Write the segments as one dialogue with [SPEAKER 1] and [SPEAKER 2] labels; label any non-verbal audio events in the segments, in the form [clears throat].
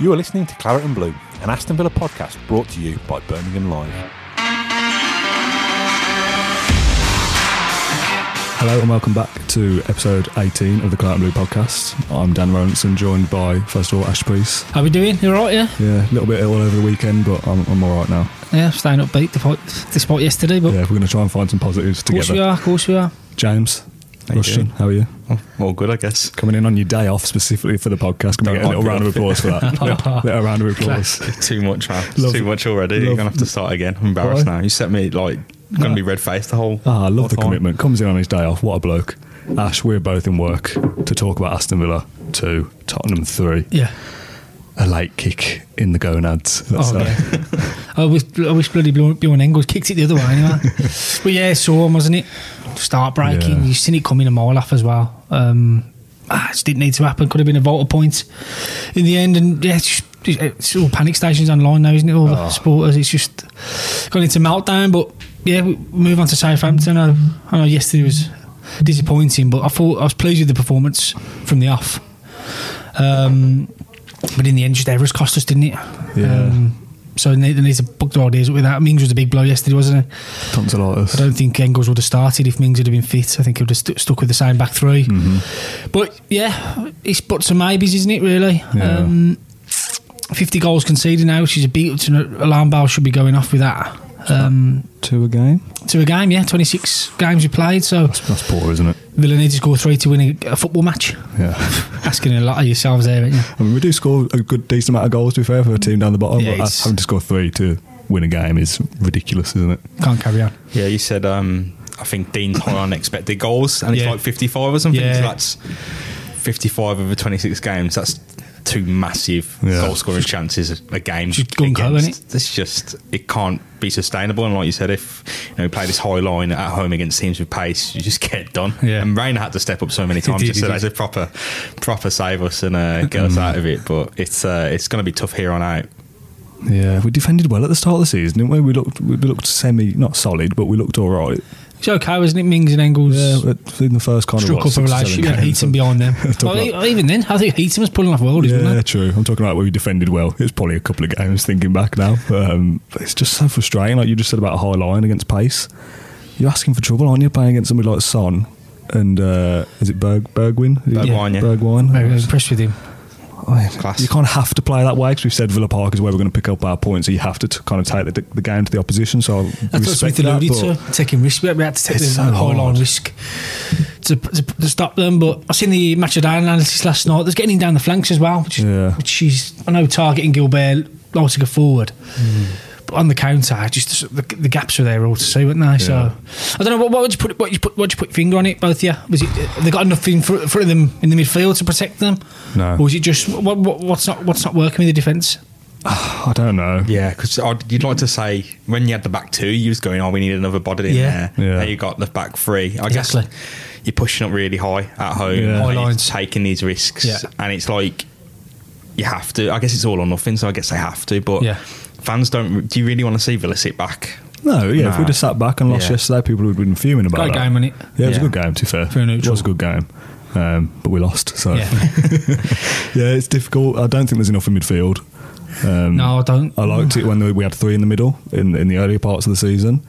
[SPEAKER 1] You are listening to Claret and Blue, an Aston Villa podcast brought to you by Birmingham Live.
[SPEAKER 2] Hello and welcome back to episode 18 of the Cloud Blue podcast. I'm Dan Rowlandson, joined by, first of all, Ash Priest.
[SPEAKER 3] How we doing? You alright, yeah?
[SPEAKER 2] Yeah, a little bit ill over the weekend, but I'm, I'm all right now.
[SPEAKER 3] Yeah, staying upbeat despite, despite yesterday, but
[SPEAKER 2] Yeah, we're going to try and find some positives
[SPEAKER 3] Oh. of course we
[SPEAKER 2] together.
[SPEAKER 3] are, of course we are.
[SPEAKER 2] James,
[SPEAKER 4] you
[SPEAKER 2] Rushton,
[SPEAKER 4] doing?
[SPEAKER 2] how are you?
[SPEAKER 4] All good, I guess.
[SPEAKER 2] Coming in on your day off specifically for the podcast. Can we
[SPEAKER 4] Don't
[SPEAKER 2] get a little
[SPEAKER 4] like
[SPEAKER 2] round of
[SPEAKER 4] it.
[SPEAKER 2] applause for that? little, little round of applause.
[SPEAKER 4] [laughs] Too much, man. It's
[SPEAKER 2] Love-
[SPEAKER 4] Too much already. You're
[SPEAKER 2] love-
[SPEAKER 4] gonna have to start again. I'm embarrassed
[SPEAKER 2] Why?
[SPEAKER 4] now. You set me like I'm gonna
[SPEAKER 2] No.
[SPEAKER 4] be red faced the whole.
[SPEAKER 2] Ah, I love the
[SPEAKER 4] whole time.
[SPEAKER 2] commitment. Comes in on his day off. What a bloke. Ash, we're both in work to talk about Aston Villa 2, Tottenham 3.
[SPEAKER 3] Yeah.
[SPEAKER 2] A late kick in the gonads. That's
[SPEAKER 3] Oh,
[SPEAKER 2] uh, [laughs]
[SPEAKER 3] yeah. I wish, I wish bloody Bjorn Bjorn Engels kicked it the other way
[SPEAKER 2] [laughs]
[SPEAKER 3] anyway. but yeah, it's sore, wasn't it? Start breaking.
[SPEAKER 2] Yeah.
[SPEAKER 3] You've seen it coming a mile off as well. Um, ah, it just didn't need to happen. Could have been a Volta point in the end. And yeah, it's, just, it's all panic stations online now, isn't it?
[SPEAKER 2] Oh.
[SPEAKER 3] All the supporters. It's just gone into meltdown. But yeah, we we move on to Southampton. I, I know yesterday was disappointing, but I thought I was pleased with the performance from the off. Um, but in the end, just errors cost us, didn't it? Um,
[SPEAKER 2] Yeah.
[SPEAKER 3] so they, they need to book their ideas up with that. Mings was a big blow yesterday, wasn't it?
[SPEAKER 2] tonsillitis.
[SPEAKER 3] I don't think Engels would have started if Mings had have been fit. I think he would have stu- stuck with the same back 3
[SPEAKER 2] Mm-hmm.
[SPEAKER 3] But yeah, it's but some maybes, isn't it? Really.
[SPEAKER 2] Yeah.
[SPEAKER 3] 50 goals conceded now, which is a beat. It's an alarm bell should be going off with that. Um,
[SPEAKER 2] Two a game.
[SPEAKER 3] to a game, yeah, 26 games we played. So
[SPEAKER 2] That's poor, isn't it?
[SPEAKER 3] Villa need to score three to win a, a football match.
[SPEAKER 2] Yeah.
[SPEAKER 3] Asking a lot of yourselves there, aren't you?
[SPEAKER 2] I mean, we do score a good, decent amount of goals, to be fair, for a team down the bottom,
[SPEAKER 3] Yeah,
[SPEAKER 2] but
[SPEAKER 3] it's-
[SPEAKER 2] having to score three to win a game is ridiculous, isn't it?
[SPEAKER 3] Can't carry on.
[SPEAKER 4] Yeah, you said. um I think Dean's
[SPEAKER 3] [coughs]
[SPEAKER 4] high on expected goals, and it's
[SPEAKER 3] Yeah.
[SPEAKER 4] like 55 or something.
[SPEAKER 3] Yeah.
[SPEAKER 4] So that's 55 over 26 games. That's two massive
[SPEAKER 2] Yeah.
[SPEAKER 4] goal scoring chances a game.
[SPEAKER 3] Just gung ho,
[SPEAKER 4] against-
[SPEAKER 3] innit?
[SPEAKER 4] It's just it can't be sustainable. And like you said, if you know we play this high line at home against teams with pace, you just get done.
[SPEAKER 3] Yeah.
[SPEAKER 4] And Rain had to step up so many times.
[SPEAKER 3] did, he
[SPEAKER 4] yesterday
[SPEAKER 3] did. Mm.
[SPEAKER 4] to proper, proper save us and uh, get us out of it. But it's uh, it's going to be tough here on out.
[SPEAKER 2] Yeah, we defended well at the start of the season, didn't we? We looked, we looked semi, not solid, but we looked all right.
[SPEAKER 3] It's okay, wasn't it? Mings and Engels.
[SPEAKER 2] Yeah, at- in the first kind
[SPEAKER 3] struck
[SPEAKER 2] of what,
[SPEAKER 3] up
[SPEAKER 2] six
[SPEAKER 3] a
[SPEAKER 2] or seven
[SPEAKER 3] relationship. Yeah,
[SPEAKER 2] games.
[SPEAKER 3] Heaton behind
[SPEAKER 2] [laughs]
[SPEAKER 3] them.
[SPEAKER 2] Talk
[SPEAKER 3] Well,
[SPEAKER 2] about-
[SPEAKER 3] e- even then, I think Heaton was pulling off worldies,
[SPEAKER 2] Yeah,
[SPEAKER 3] wasn't
[SPEAKER 2] true. I'm talking about where we defended well. It's probably a couple of games thinking back now. Um, but it's just so frustrating. Like you just said about a high line against pace. You're asking for trouble, aren't you? Playing against somebody like Son and uh, is it Berg Bergwin?
[SPEAKER 4] Bergwijn, yeah.
[SPEAKER 2] Bergwijn.
[SPEAKER 3] they? Very impressed with him.
[SPEAKER 2] I mean,
[SPEAKER 4] Class.
[SPEAKER 2] You kind of have to play that way because we've said Villa Park is where we're going to pick up our points. So you have to t- kind of take the, the game to the opposition. So I
[SPEAKER 3] That's what
[SPEAKER 2] respect
[SPEAKER 3] Smith
[SPEAKER 2] that.
[SPEAKER 3] alluded
[SPEAKER 2] but
[SPEAKER 3] to. Taking risk. We had to take
[SPEAKER 2] It's
[SPEAKER 3] the
[SPEAKER 2] so
[SPEAKER 3] high line
[SPEAKER 2] hard.
[SPEAKER 3] risk to, to, to stop them. But I seen the match of the day analysis last night. There's getting him down the flanks as well, which,
[SPEAKER 2] Yeah.
[SPEAKER 3] which is, I know, targeting Gilbert, lots to go forward.
[SPEAKER 2] Hmm.
[SPEAKER 3] But on the counter, just the, the gaps were there all to see, weren't they? So I don't know. What, what would you put? What you put? What you put your finger on it? Both of you? Was it? They got enough in fr- front of them in the midfield to protect them?
[SPEAKER 2] No.
[SPEAKER 3] Or was it just what, what, what's not what's not working with the defence?
[SPEAKER 2] I don't know.
[SPEAKER 4] Yeah, because you'd like to say when you had the back two, you was going, "Oh, we need another body in
[SPEAKER 3] Yeah.
[SPEAKER 4] there."
[SPEAKER 2] Yeah.
[SPEAKER 4] Now you got the back three. I
[SPEAKER 3] Exactly.
[SPEAKER 4] guess you're pushing up really high at home,
[SPEAKER 2] Yeah.
[SPEAKER 4] and
[SPEAKER 3] High
[SPEAKER 4] you're
[SPEAKER 3] lines.
[SPEAKER 4] taking these risks,
[SPEAKER 3] Yeah.
[SPEAKER 4] and it's like you have to. I guess it's all or nothing, so I guess they have to. But
[SPEAKER 3] Yeah.
[SPEAKER 4] fans don't. Do you really want to see Villa sit back?
[SPEAKER 2] No, yeah. If
[SPEAKER 4] Nah.
[SPEAKER 2] we'd have sat back and lost
[SPEAKER 4] Yeah.
[SPEAKER 2] yesterday, people would have been fuming about
[SPEAKER 3] Great
[SPEAKER 2] that.
[SPEAKER 3] game, wasn't it?
[SPEAKER 2] Yeah, it was
[SPEAKER 4] Yeah.
[SPEAKER 2] a good game. To be fair,
[SPEAKER 3] For a
[SPEAKER 2] it
[SPEAKER 3] neutral.
[SPEAKER 2] was a good game, um, but we lost. So
[SPEAKER 3] Yeah.
[SPEAKER 2] [laughs] Yeah, it's difficult. I don't think there's enough in midfield. Um,
[SPEAKER 3] No, I don't.
[SPEAKER 2] I liked it when we had three in the middle in in the earlier parts of the season.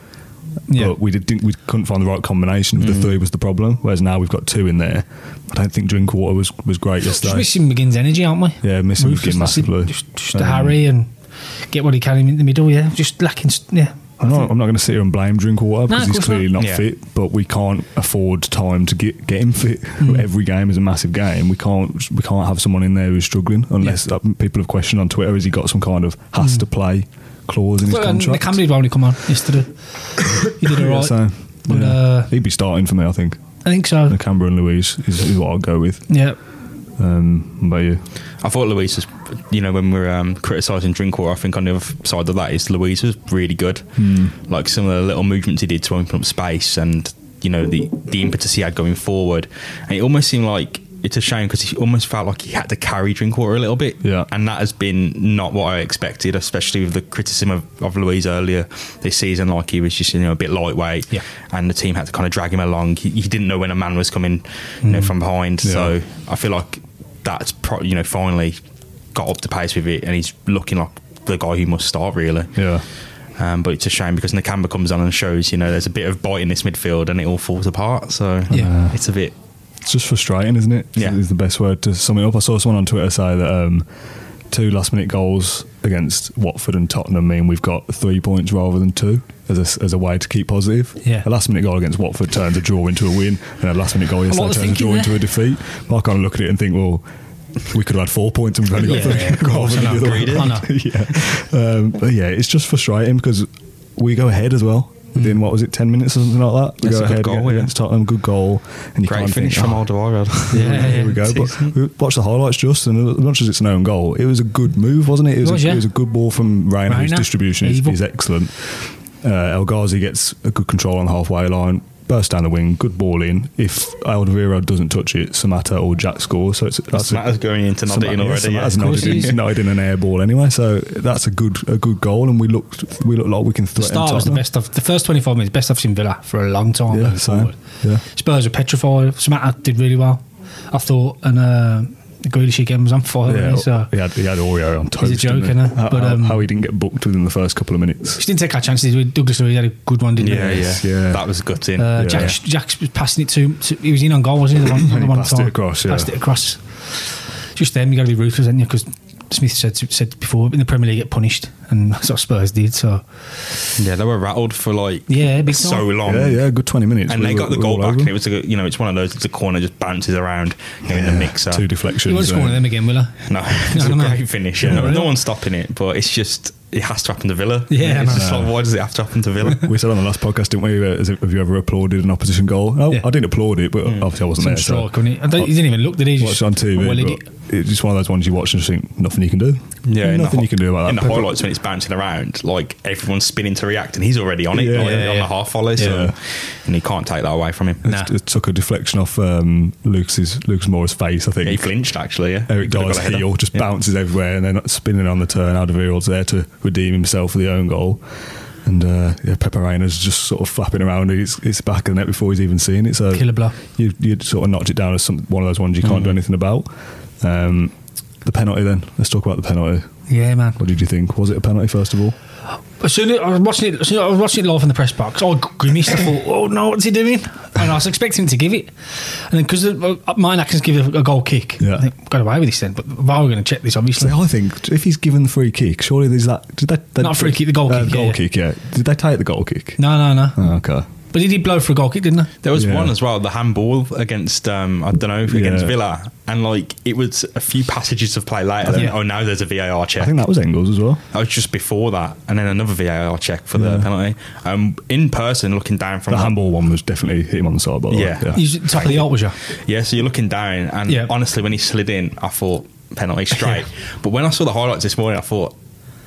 [SPEAKER 3] Yeah. Mm.
[SPEAKER 2] But we did, didn't. We couldn't find the right combination. of The three was the problem. Whereas now we've got two in there. I don't think Drinkwater was was great
[SPEAKER 3] Just
[SPEAKER 2] yesterday.
[SPEAKER 3] missing McGinn's energy, aren't we?
[SPEAKER 2] Yeah, missing
[SPEAKER 3] Ruthless,
[SPEAKER 2] McGinn
[SPEAKER 3] that's it.
[SPEAKER 2] massively.
[SPEAKER 3] Just, just
[SPEAKER 2] Um,
[SPEAKER 3] a Harry and get what he can in the middle. Yeah, just lacking. s- Yeah,
[SPEAKER 2] I'm not, I'm not going to sit here and blame Drinkwater
[SPEAKER 3] No,
[SPEAKER 2] because
[SPEAKER 3] of
[SPEAKER 2] he's
[SPEAKER 3] course
[SPEAKER 2] clearly
[SPEAKER 3] not.
[SPEAKER 2] not,
[SPEAKER 4] Yeah.
[SPEAKER 2] fit. But we can't afford time to get get him fit.
[SPEAKER 3] Hmm.
[SPEAKER 2] Every game is a massive game. We can't we can't have someone in there who's struggling unless uh, people have questioned on Twitter has he got some kind of has to play clause in his
[SPEAKER 3] Hmm. well, and the
[SPEAKER 2] contract.
[SPEAKER 3] Camden only come on
[SPEAKER 2] [coughs]
[SPEAKER 3] yesterday. he did all
[SPEAKER 2] Yeah,
[SPEAKER 3] right.
[SPEAKER 2] so,
[SPEAKER 3] But,
[SPEAKER 2] yeah.
[SPEAKER 3] uh,
[SPEAKER 2] He'd be starting for me, I think.
[SPEAKER 3] I think so.
[SPEAKER 2] The Canberra and Louise is, is what I'll go with.
[SPEAKER 3] Yeah.
[SPEAKER 2] Um, what about you?
[SPEAKER 4] I thought Luis was, you know, when we're um, criticising Drinkwater, I think on the other side of that is Luis was really good.
[SPEAKER 2] Hmm.
[SPEAKER 4] Like some of the little movements he did to open up space and, you know, the, the impetus he had going forward. And it almost seemed like it's a shame because he almost felt like he had to carry Drinkwater a little bit.
[SPEAKER 2] Yeah.
[SPEAKER 4] And that has been not what I expected, especially with the criticism of, of Luis earlier this season. Like he was just, you know, a bit lightweight.
[SPEAKER 3] Yeah.
[SPEAKER 4] And the team had to kind of drag him along. He, he didn't know when a man was coming, you know, from behind.
[SPEAKER 2] Hmm. Yeah.
[SPEAKER 4] So I feel like that's pro- you know finally got up to pace with it, and he's looking like the guy who must start really.
[SPEAKER 2] Yeah.
[SPEAKER 4] Um, but it's a shame because Nakamba comes on and shows you know there's a bit of bite in this midfield, and it all falls apart. So uh,
[SPEAKER 3] Yeah.
[SPEAKER 4] it's a bit
[SPEAKER 2] It's just frustrating, isn't it?
[SPEAKER 4] Yeah.
[SPEAKER 2] Is the best word to sum it up. I saw someone on Twitter say that um, two last minute goals against Watford and Tottenham mean we've got three points rather than two as a, as a way to keep positive.
[SPEAKER 3] Yeah.
[SPEAKER 2] A last minute goal against Watford turns a draw into a win, and a last minute goal yesterday
[SPEAKER 3] was
[SPEAKER 2] turns a draw
[SPEAKER 3] thinking
[SPEAKER 2] into
[SPEAKER 3] that.
[SPEAKER 2] a defeat. But I kind of look at it and think, well, we could have had four points and we've only got
[SPEAKER 3] Yeah,
[SPEAKER 2] three
[SPEAKER 3] yeah, of
[SPEAKER 2] goals.
[SPEAKER 3] course, I
[SPEAKER 2] and
[SPEAKER 3] know.
[SPEAKER 2] the other
[SPEAKER 3] Agreed.
[SPEAKER 2] one-
[SPEAKER 3] I know.
[SPEAKER 2] yeah. Um, but [laughs] yeah, it's just frustrating because we go ahead as well. Within what was it, ten minutes or something like that? We
[SPEAKER 4] That's
[SPEAKER 2] go
[SPEAKER 4] a good
[SPEAKER 2] ahead
[SPEAKER 4] goal,
[SPEAKER 2] against-
[SPEAKER 4] yeah.
[SPEAKER 2] against Tottenham, good goal, and you
[SPEAKER 4] great
[SPEAKER 2] can't
[SPEAKER 4] finish
[SPEAKER 2] think,
[SPEAKER 4] from
[SPEAKER 2] "Oh,
[SPEAKER 4] Alderweireld.
[SPEAKER 2] [laughs]
[SPEAKER 3] Yeah,
[SPEAKER 2] here we
[SPEAKER 3] yeah.
[SPEAKER 2] go.
[SPEAKER 4] Decent.
[SPEAKER 2] But we watched the highlights, Justin. and As much as it's an own goal, it was a good move, wasn't it? It was,
[SPEAKER 3] It was,
[SPEAKER 2] a,
[SPEAKER 3] yeah.
[SPEAKER 2] it was a good ball from Reina. His
[SPEAKER 3] Reina.
[SPEAKER 2] distribution is,
[SPEAKER 3] Evil.
[SPEAKER 2] is excellent. Uh, El Ghazi gets a good control on the halfway line, burst down the wing, good ball in. If Alderweireld doesn't touch it, Samata or Jack score. So it's that's a-
[SPEAKER 4] Matters going into
[SPEAKER 2] Samata-
[SPEAKER 4] Nottingham already. yeah.
[SPEAKER 2] Samata's
[SPEAKER 3] Of course
[SPEAKER 2] nodded,
[SPEAKER 3] he
[SPEAKER 2] in,
[SPEAKER 3] is.
[SPEAKER 2] nodded in an air ball anyway. So that's a good a good goal, and we looked we looked like we can
[SPEAKER 3] The
[SPEAKER 2] threaten.
[SPEAKER 3] start was the
[SPEAKER 2] Tottenham.
[SPEAKER 3] best of the first 25 minutes, best I've seen Villa for a long time.
[SPEAKER 2] Yeah,
[SPEAKER 3] going
[SPEAKER 2] same.
[SPEAKER 3] forward.
[SPEAKER 2] Yeah.
[SPEAKER 3] Spurs were petrified. Samata did really well, I thought, and uh, Grealish again was on fire.
[SPEAKER 2] Yeah,
[SPEAKER 3] wasn't he? so
[SPEAKER 2] he had he had Oreo on toast.
[SPEAKER 3] a joke,
[SPEAKER 2] didn't he?
[SPEAKER 3] innit?
[SPEAKER 2] How,
[SPEAKER 3] But,
[SPEAKER 2] how-
[SPEAKER 3] um,
[SPEAKER 2] how he didn't get booked within the first couple of minutes.
[SPEAKER 3] she didn't take our chances. Douglas Luiz had a good one, didn't
[SPEAKER 4] yeah,
[SPEAKER 3] he?
[SPEAKER 4] yeah,
[SPEAKER 2] Yeah.
[SPEAKER 4] That was gutting.
[SPEAKER 3] Uh,
[SPEAKER 2] Yeah.
[SPEAKER 3] Jack, Jack was passing it to, to. He was in on goal, wasn't he?
[SPEAKER 2] [laughs]
[SPEAKER 3] The one, the one
[SPEAKER 2] passed it
[SPEAKER 3] time.
[SPEAKER 2] across, yeah.
[SPEAKER 3] Passed it across. Just then, you got to be ruthless, haven't you? Because Smith said said before in the Premier League, get punished, and that's what Spurs did. So
[SPEAKER 4] yeah, they were rattled for like
[SPEAKER 3] Yeah, big
[SPEAKER 4] so
[SPEAKER 3] time.
[SPEAKER 4] long.
[SPEAKER 2] Yeah, yeah, good 20 minutes.
[SPEAKER 4] And
[SPEAKER 2] We
[SPEAKER 4] they
[SPEAKER 2] were-
[SPEAKER 4] got the
[SPEAKER 2] we
[SPEAKER 4] goal
[SPEAKER 2] were
[SPEAKER 4] back,
[SPEAKER 2] over
[SPEAKER 4] and
[SPEAKER 2] them.
[SPEAKER 4] it was a, you know it's one of those it's a corner just bounces around you know, in the mixer.
[SPEAKER 2] Two deflections. uh,
[SPEAKER 3] you won't score
[SPEAKER 2] yeah.
[SPEAKER 3] one of them again, will I?
[SPEAKER 4] No, it's
[SPEAKER 3] no,
[SPEAKER 4] a
[SPEAKER 3] no.
[SPEAKER 4] great finish. Yeah.
[SPEAKER 3] No,
[SPEAKER 4] No,
[SPEAKER 3] no.
[SPEAKER 4] one's stopping it, but it's just it has to happen to Villa.
[SPEAKER 3] Yeah,
[SPEAKER 4] it's
[SPEAKER 3] no.
[SPEAKER 4] just like, why does it have to happen
[SPEAKER 2] [laughs]
[SPEAKER 4] to Villa?
[SPEAKER 2] [laughs] We said on the last podcast, didn't we? uh, Is it, have you ever applauded an opposition goal? No,
[SPEAKER 3] Yeah.
[SPEAKER 2] I didn't applaud it, but obviously I wasn't
[SPEAKER 3] Some
[SPEAKER 2] there. so-
[SPEAKER 3] strike, wasn't he? I don't, he didn't even look, did he? He
[SPEAKER 2] Watched it on
[SPEAKER 3] just-
[SPEAKER 2] TV.
[SPEAKER 3] well, he
[SPEAKER 2] but
[SPEAKER 3] did-
[SPEAKER 2] it's just one of those ones you watch and just think nothing you can do.
[SPEAKER 4] in the
[SPEAKER 2] nothing
[SPEAKER 4] hi-
[SPEAKER 2] you can do about that.
[SPEAKER 4] In the
[SPEAKER 2] Pep-
[SPEAKER 4] highlights when it's bouncing around, like everyone's spinning to react, and he's already on it,
[SPEAKER 2] Yeah,
[SPEAKER 4] like,
[SPEAKER 2] yeah,
[SPEAKER 4] on
[SPEAKER 3] yeah.
[SPEAKER 4] the half volley, so
[SPEAKER 2] Yeah.
[SPEAKER 4] and he can't take that away from him.
[SPEAKER 2] It, it took a deflection off um, Lucas's Lucas Moore's face, I think.
[SPEAKER 4] Yeah, he flinched actually. Yeah,
[SPEAKER 2] Eric
[SPEAKER 4] He could've
[SPEAKER 2] Dyer's
[SPEAKER 4] got a header.
[SPEAKER 2] heel just
[SPEAKER 4] Yeah.
[SPEAKER 2] bounces everywhere and then spinning on the turn. Alderweireld's there to redeem himself for the own goal. And uh, yeah, Pepe Reina's just sort of flapping around. It's, it's back of the net before he's even seen it. So
[SPEAKER 3] Killer Mm-hmm. blow.
[SPEAKER 2] You, you'd sort of knocked it down as some, one of those ones you can't do anything about. Um, the penalty then. Let's talk about the penalty.
[SPEAKER 3] Yeah, man.
[SPEAKER 2] What did you think? Was it a penalty, first of all?
[SPEAKER 3] As soon as I was watching it, as soon as I was watching it live in the press box, I grimaced. I thought, "Oh no, what's he doing?" And I was expecting him to give it, and then because uh, mine Atkins give a, a goal kick,
[SPEAKER 2] Yeah.
[SPEAKER 3] I think, got away with this then. But VAR were going to check this,
[SPEAKER 2] [laughs]
[SPEAKER 3] obviously.
[SPEAKER 2] See, I think if he's given the free kick, surely there's that. Did that,
[SPEAKER 3] Not free kick, the goal
[SPEAKER 2] Uh,
[SPEAKER 3] kick,
[SPEAKER 2] goal
[SPEAKER 3] yeah.
[SPEAKER 2] kick, yeah. Did they take the goal kick?
[SPEAKER 3] No, no, no.
[SPEAKER 2] Oh, okay.
[SPEAKER 3] But he did blow for a goal kick, didn't he?
[SPEAKER 4] There was
[SPEAKER 2] Yeah.
[SPEAKER 4] one as well, the handball against um, I don't know against
[SPEAKER 2] Yeah.
[SPEAKER 4] Villa, and like it was a few passages of play later. Then,
[SPEAKER 3] Yeah.
[SPEAKER 4] Oh, now there's a VAR check.
[SPEAKER 2] I think that was Engels as well.
[SPEAKER 4] I was just before that, and then another VAR check for the
[SPEAKER 2] Yeah.
[SPEAKER 4] penalty. Um, in person, looking down from
[SPEAKER 2] The handball one was definitely hit him on the side, by the
[SPEAKER 4] Yeah.
[SPEAKER 2] way.
[SPEAKER 3] You was top of the art, was you?
[SPEAKER 4] Yeah, so you're looking down, and
[SPEAKER 3] Yeah.
[SPEAKER 4] honestly, when he slid in, I thought penalty straight. but when I saw the highlights this morning, I thought,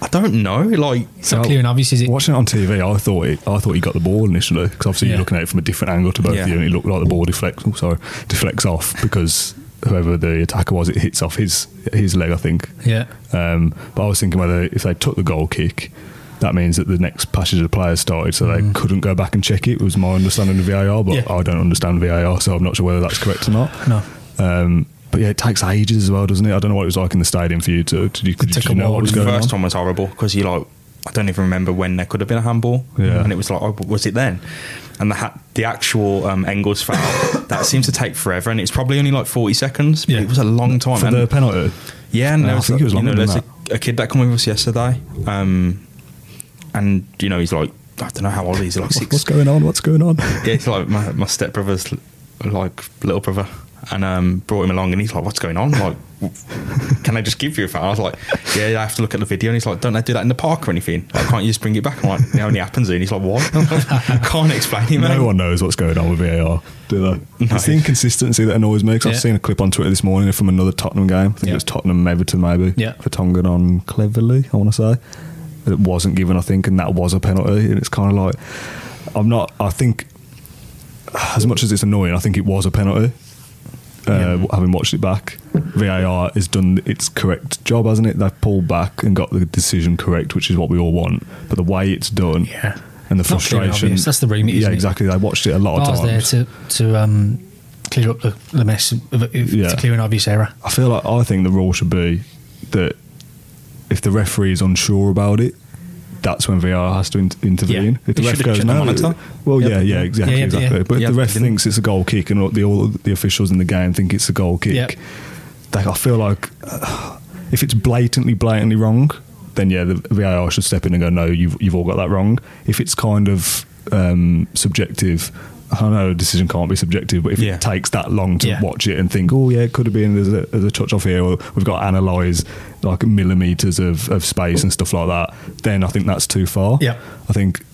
[SPEAKER 4] I don't know, like
[SPEAKER 3] It's not
[SPEAKER 2] Well,
[SPEAKER 3] clear and obvious, is it?
[SPEAKER 2] Watching it on TV, I thought it, I thought he got the ball initially because obviously you're
[SPEAKER 3] Yeah.
[SPEAKER 2] looking at it from a different angle to both
[SPEAKER 4] Yeah.
[SPEAKER 2] of you, and it looked like the ball deflects. Oh, sorry, deflects off because whoever the attacker was, it hits off his his leg, I think.
[SPEAKER 3] Yeah.
[SPEAKER 2] Um, but I was thinking whether if they took the goal kick, that means that the next passage of the players started, so they couldn't go back and check it. Was my understanding of VAR, but
[SPEAKER 3] Mm. Yeah.
[SPEAKER 2] I don't understand VAR, so I'm not sure whether that's correct or not.
[SPEAKER 3] No.
[SPEAKER 2] Um, but yeah, it takes ages as well, doesn't it? I don't know what it was like in the stadium for you to. Did you, did
[SPEAKER 3] took
[SPEAKER 2] you
[SPEAKER 3] a
[SPEAKER 2] know
[SPEAKER 3] while,
[SPEAKER 2] what was
[SPEAKER 4] the
[SPEAKER 2] going
[SPEAKER 4] first
[SPEAKER 2] on?
[SPEAKER 4] one was horrible because you like, I don't even remember when there could have been a handball,
[SPEAKER 2] Yeah.
[SPEAKER 4] and it was like, oh, was it then? And the ha- the actual um,
[SPEAKER 2] [coughs]
[SPEAKER 4] Engels foul that seems to take forever, and it's probably only like 40 seconds. but
[SPEAKER 3] Yeah.
[SPEAKER 4] It was a long time.
[SPEAKER 2] for
[SPEAKER 4] and-
[SPEAKER 2] the penalty.
[SPEAKER 4] Yeah, and
[SPEAKER 2] No,
[SPEAKER 4] there
[SPEAKER 2] I
[SPEAKER 4] was,
[SPEAKER 2] think it was
[SPEAKER 4] you
[SPEAKER 2] longer
[SPEAKER 4] know,
[SPEAKER 2] than
[SPEAKER 4] there's a, a kid that came with us yesterday, um, and you know he's like I don't know how old he is, he's like
[SPEAKER 2] What's,
[SPEAKER 4] six.
[SPEAKER 2] what's going on? What's going on?
[SPEAKER 4] yeah, it's like my my stepbrother's l- like little brother, and um, brought him along, and he's like, "What's going on? Like, w- can I just give you a fan? I was like, yeah, I have to look at the video. And he's like, don't they do that in the park or anything? Like, can't you just bring it back? I'm like, it only happens. And he's like, what? [laughs] can't explain
[SPEAKER 3] [laughs]
[SPEAKER 4] it, mate.
[SPEAKER 2] No one knows what's going on with VAR, do they?
[SPEAKER 4] No.
[SPEAKER 2] It's the inconsistency that annoys me 'cause
[SPEAKER 3] Yeah.
[SPEAKER 2] I've seen a clip on Twitter this morning from another Tottenham game. I think
[SPEAKER 3] Yeah.
[SPEAKER 2] it was Tottenham Everton, maybe.
[SPEAKER 3] Yeah.
[SPEAKER 2] For Tongan on Cleverly, I want to say. It wasn't given, I think, and that was a penalty. And it's kind of like, I'm not, I think, as much as it's annoying, I think it was a penalty. Uh, Having watched it back, VAR has done its correct job, hasn't it? They've pulled back and got the decision correct, which is what we all want. But the way it's done,
[SPEAKER 3] Yeah.
[SPEAKER 2] and the
[SPEAKER 3] Not clear and
[SPEAKER 2] frustration,
[SPEAKER 3] obvious. That's the remit,
[SPEAKER 2] Yeah,
[SPEAKER 3] isn't it?
[SPEAKER 2] exactly. I watched it a lot of
[SPEAKER 3] Bars
[SPEAKER 2] times.
[SPEAKER 3] there to to um, clear up the, the mess, of, of,
[SPEAKER 2] Yeah.
[SPEAKER 3] to clear an obvious error.
[SPEAKER 2] I feel like I think the rule should be that if the referee is unsure about it, that's when VR has to in- intervene.
[SPEAKER 4] Yeah.
[SPEAKER 2] If the
[SPEAKER 4] You
[SPEAKER 2] ref
[SPEAKER 4] should
[SPEAKER 2] goes
[SPEAKER 4] have checked the
[SPEAKER 2] no,
[SPEAKER 4] monitor.
[SPEAKER 2] well,
[SPEAKER 4] Yep.
[SPEAKER 2] yeah, yeah, exactly,
[SPEAKER 3] Yeah, yeah,
[SPEAKER 2] exactly.
[SPEAKER 3] yeah.
[SPEAKER 2] But if
[SPEAKER 4] Yeah,
[SPEAKER 2] the ref
[SPEAKER 4] didn't-
[SPEAKER 2] thinks it's a goal kick and all the, all the officials in the game think it's a goal kick,
[SPEAKER 3] Yep.
[SPEAKER 2] they, I feel like uh, if it's blatantly, blatantly wrong, then yeah, the VAR should step in and go, no, you've you've all got that wrong. If it's kind of um, subjective. I know a decision can't be subjective, but if
[SPEAKER 4] Yeah.
[SPEAKER 2] it takes that long to
[SPEAKER 3] Yeah.
[SPEAKER 2] watch it and think, oh yeah, it could have been there's a, there's a touch off here, or we've got to analyse like millimeters of, of space and stuff like that, then I think that's too far.
[SPEAKER 3] Yeah.
[SPEAKER 2] I think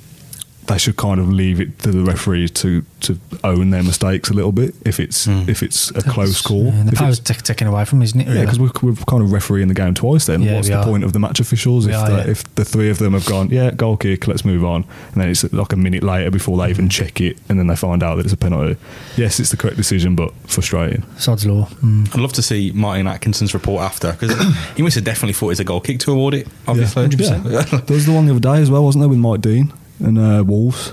[SPEAKER 2] they should kind of leave it to the referees to to own their mistakes a little bit if it's
[SPEAKER 3] Hmm.
[SPEAKER 2] if it's a close call.
[SPEAKER 3] Yeah, the
[SPEAKER 2] If it's-
[SPEAKER 3] power's t- taken away from, isn't it?
[SPEAKER 2] yeah,
[SPEAKER 3] really?
[SPEAKER 2] because we're, we're kind of refereeing the game twice. Then
[SPEAKER 3] Yeah,
[SPEAKER 2] what's
[SPEAKER 3] we
[SPEAKER 2] the
[SPEAKER 3] are.
[SPEAKER 2] point of the match officials
[SPEAKER 3] We
[SPEAKER 2] if
[SPEAKER 3] are,
[SPEAKER 2] the,
[SPEAKER 3] yeah.
[SPEAKER 2] if the three of them have gone, yeah, goal kick, let's move on, and then it's like a minute later before they
[SPEAKER 3] Hmm.
[SPEAKER 2] even check it, and then they find out that it's a penalty. Yes, it's the correct decision, but frustrating.
[SPEAKER 3] sod's law. Mm.
[SPEAKER 4] I'd love to see Martin Atkinson's report after because he must have definitely thought it's a goal kick to award it, obviously.
[SPEAKER 2] there was the one the other day as well, wasn't there, with Mike Dean and uh, Wolves.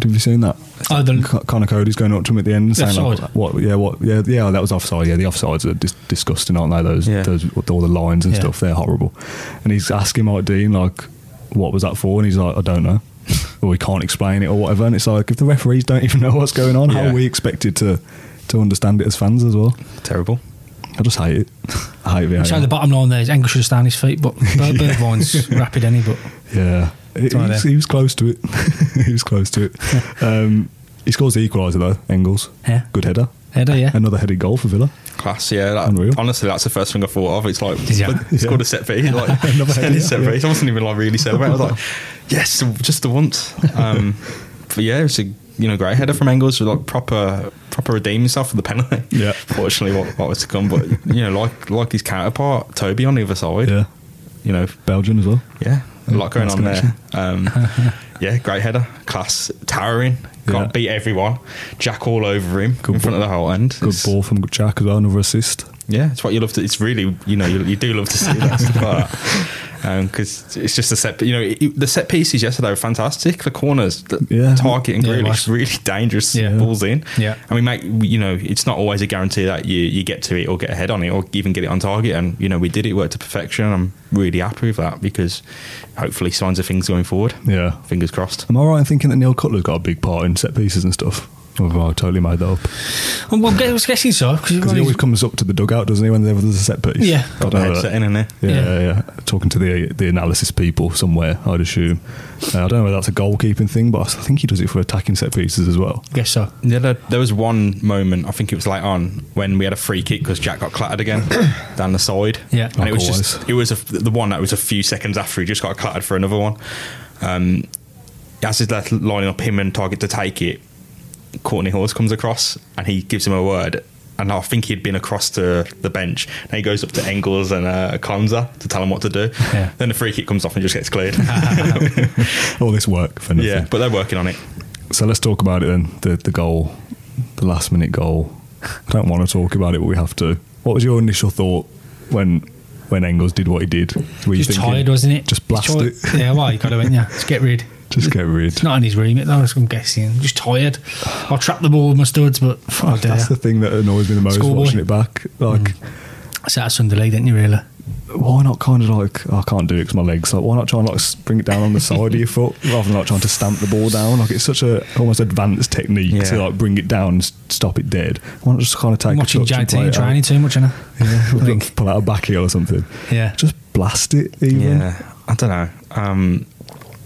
[SPEAKER 2] Have you seen that?
[SPEAKER 3] Oh, the-
[SPEAKER 2] Co- Connor Cody's going up to him at the end and saying, like,
[SPEAKER 3] Offside.
[SPEAKER 2] "What? Yeah, what? Yeah, yeah. That was offside. Yeah, the offsides are dis- disgusting, aren't they? Those,
[SPEAKER 4] Yeah.
[SPEAKER 2] those, all the lines and
[SPEAKER 3] Yeah.
[SPEAKER 2] stuff. They're horrible." And he's asking Mike Dean, like, "What was that for?" And he's like, "I don't know." [laughs] or we can't explain it or whatever. And it's like, if the referees don't even know what's going on, how
[SPEAKER 4] Yeah.
[SPEAKER 2] are we expected to to understand it as fans as well?
[SPEAKER 4] [laughs] Terrible.
[SPEAKER 2] I just hate it. [laughs] I hate it.
[SPEAKER 3] So the bottom line there is Angus should have stayed on his
[SPEAKER 2] [laughs]
[SPEAKER 3] feet, but Bird Birdvine's rapid any, but
[SPEAKER 2] Yeah, he, he
[SPEAKER 3] one of
[SPEAKER 2] was-
[SPEAKER 3] them.
[SPEAKER 2] he was close to it. [laughs] he was close to
[SPEAKER 3] [laughs]
[SPEAKER 2] it. Um, he scores the equaliser though. Engels,
[SPEAKER 3] Yeah.
[SPEAKER 2] good header.
[SPEAKER 3] header, yeah.
[SPEAKER 2] Another headed goal for Villa.
[SPEAKER 4] Class, yeah. that-
[SPEAKER 2] Unreal.
[SPEAKER 4] Honestly, that's the first thing I thought of. It's like
[SPEAKER 3] Yeah.
[SPEAKER 4] it's called a set piece.
[SPEAKER 2] [laughs]
[SPEAKER 4] Like [laughs]
[SPEAKER 2] Another
[SPEAKER 4] it's
[SPEAKER 2] idea,
[SPEAKER 4] set
[SPEAKER 2] yeah.
[SPEAKER 4] piece. I wasn't even like really celebrating. I was like, yes, just the once.
[SPEAKER 2] [laughs]
[SPEAKER 4] Um, but yeah, it's a you know great header from Engels with like proper proper redeem himself for the penalty.
[SPEAKER 2] Yeah.
[SPEAKER 4] [laughs] Fortunately, what, what was to come, but you know, like like his counterpart Toby on the other side.
[SPEAKER 2] Yeah,
[SPEAKER 4] You know,
[SPEAKER 2] Belgian as well.
[SPEAKER 4] yeah, a lot going
[SPEAKER 2] Nice
[SPEAKER 4] on there. Um,
[SPEAKER 2] [laughs]
[SPEAKER 4] yeah, great header, class, towering. Can't
[SPEAKER 2] Yeah.
[SPEAKER 4] beat everyone. Jack all over him in front of the whole end.
[SPEAKER 2] Good
[SPEAKER 4] It's-
[SPEAKER 2] ball from Jack as well. Another assist.
[SPEAKER 4] yeah, it's what you love to. It's really you know you, you do love to see that stuff
[SPEAKER 3] [laughs]
[SPEAKER 4] like that because it's just a set. You know it, the set pieces yesterday were fantastic. The corners, the
[SPEAKER 2] Yeah.
[SPEAKER 4] target and
[SPEAKER 3] Yeah, it
[SPEAKER 4] Grealish,
[SPEAKER 3] was.
[SPEAKER 4] really [laughs] dangerous
[SPEAKER 3] Yeah.
[SPEAKER 4] balls in.
[SPEAKER 3] Yeah.
[SPEAKER 4] and we make you know it's not always a guarantee that you you get to it or get ahead on it or even get it on target. And you know we did it, worked to perfection. I'm really happy with that because hopefully signs of things going forward.
[SPEAKER 2] Yeah.
[SPEAKER 4] fingers crossed.
[SPEAKER 2] Am I right in thinking that Neil Cutler's got a big part in set pieces and stuff? Or have I totally made that up?
[SPEAKER 3] And well, I was guessing so.
[SPEAKER 2] Because he always comes up to the dugout, doesn't he, whenever there's a set piece?
[SPEAKER 3] Yeah.
[SPEAKER 2] I don't
[SPEAKER 4] Got the
[SPEAKER 2] know that.
[SPEAKER 4] headset in, innit?
[SPEAKER 2] Yeah,
[SPEAKER 3] Yeah.
[SPEAKER 2] yeah, yeah. Talking to the the analysis people somewhere, I'd assume. Uh, I don't know whether that's a goalkeeping thing, but I think he does it for attacking set pieces as well.
[SPEAKER 3] guess so.
[SPEAKER 4] Yeah, there, there was one moment, I think it was late on, when we had a free kick because Jack got clattered [coughs] again down the side.
[SPEAKER 3] Yeah.
[SPEAKER 4] And it was just,
[SPEAKER 2] Likewise.
[SPEAKER 4] it was a, the one that was a few seconds after he just got clattered for another one. Um, as he's left lining up him and Target to take it, Courtney Hawes comes across and he gives him a word. And I think he'd been across to the bench. And he goes up to Engels and uh, Konza to tell him what to do.
[SPEAKER 3] Yeah.
[SPEAKER 4] Then the free kick comes off and just gets
[SPEAKER 3] [laughs]
[SPEAKER 4] cleared. [laughs]
[SPEAKER 2] All this work for nothing.
[SPEAKER 4] yeah, but they're working on it.
[SPEAKER 2] So let's talk about it then. The the goal, the last minute goal. I don't want to talk about it, but we have to. What was your initial thought when when Engels did what he did? Were you
[SPEAKER 3] Just
[SPEAKER 2] thinking,
[SPEAKER 3] tired, wasn't it?
[SPEAKER 2] Just blast
[SPEAKER 3] He's tired.
[SPEAKER 2] it.
[SPEAKER 3] Yeah, well, you got to win, yeah. Just get rid.
[SPEAKER 2] [laughs] Just get rid. [laughs]
[SPEAKER 3] It's not on his remit, though, I'm guessing. Just tired. I'll trap the ball with my studs, but oh, dear.
[SPEAKER 2] That's the thing that annoys me the most
[SPEAKER 3] Schoolboy.
[SPEAKER 2] watching it back. Like,
[SPEAKER 3] Sat at Sunday league, didn't you, really? Mm.
[SPEAKER 2] why not kind of like I can't do it because my legs. Like, why not try and like s- bring it down on
[SPEAKER 3] [laughs]
[SPEAKER 2] the side of your foot rather than like trying to stamp the ball down? Like, it's such a almost advanced technique
[SPEAKER 4] Yeah.
[SPEAKER 2] to like bring it down, and s- stop it dead. Why not just kind of take
[SPEAKER 3] I'm
[SPEAKER 2] a
[SPEAKER 3] watching
[SPEAKER 2] touch and play
[SPEAKER 3] JT
[SPEAKER 2] it out?
[SPEAKER 3] training too much, innit? [laughs]
[SPEAKER 2] Yeah,
[SPEAKER 3] I think.
[SPEAKER 2] pull out a back heel or something.
[SPEAKER 3] Yeah.
[SPEAKER 2] just blast it. Even
[SPEAKER 4] Yeah, I don't know. Um,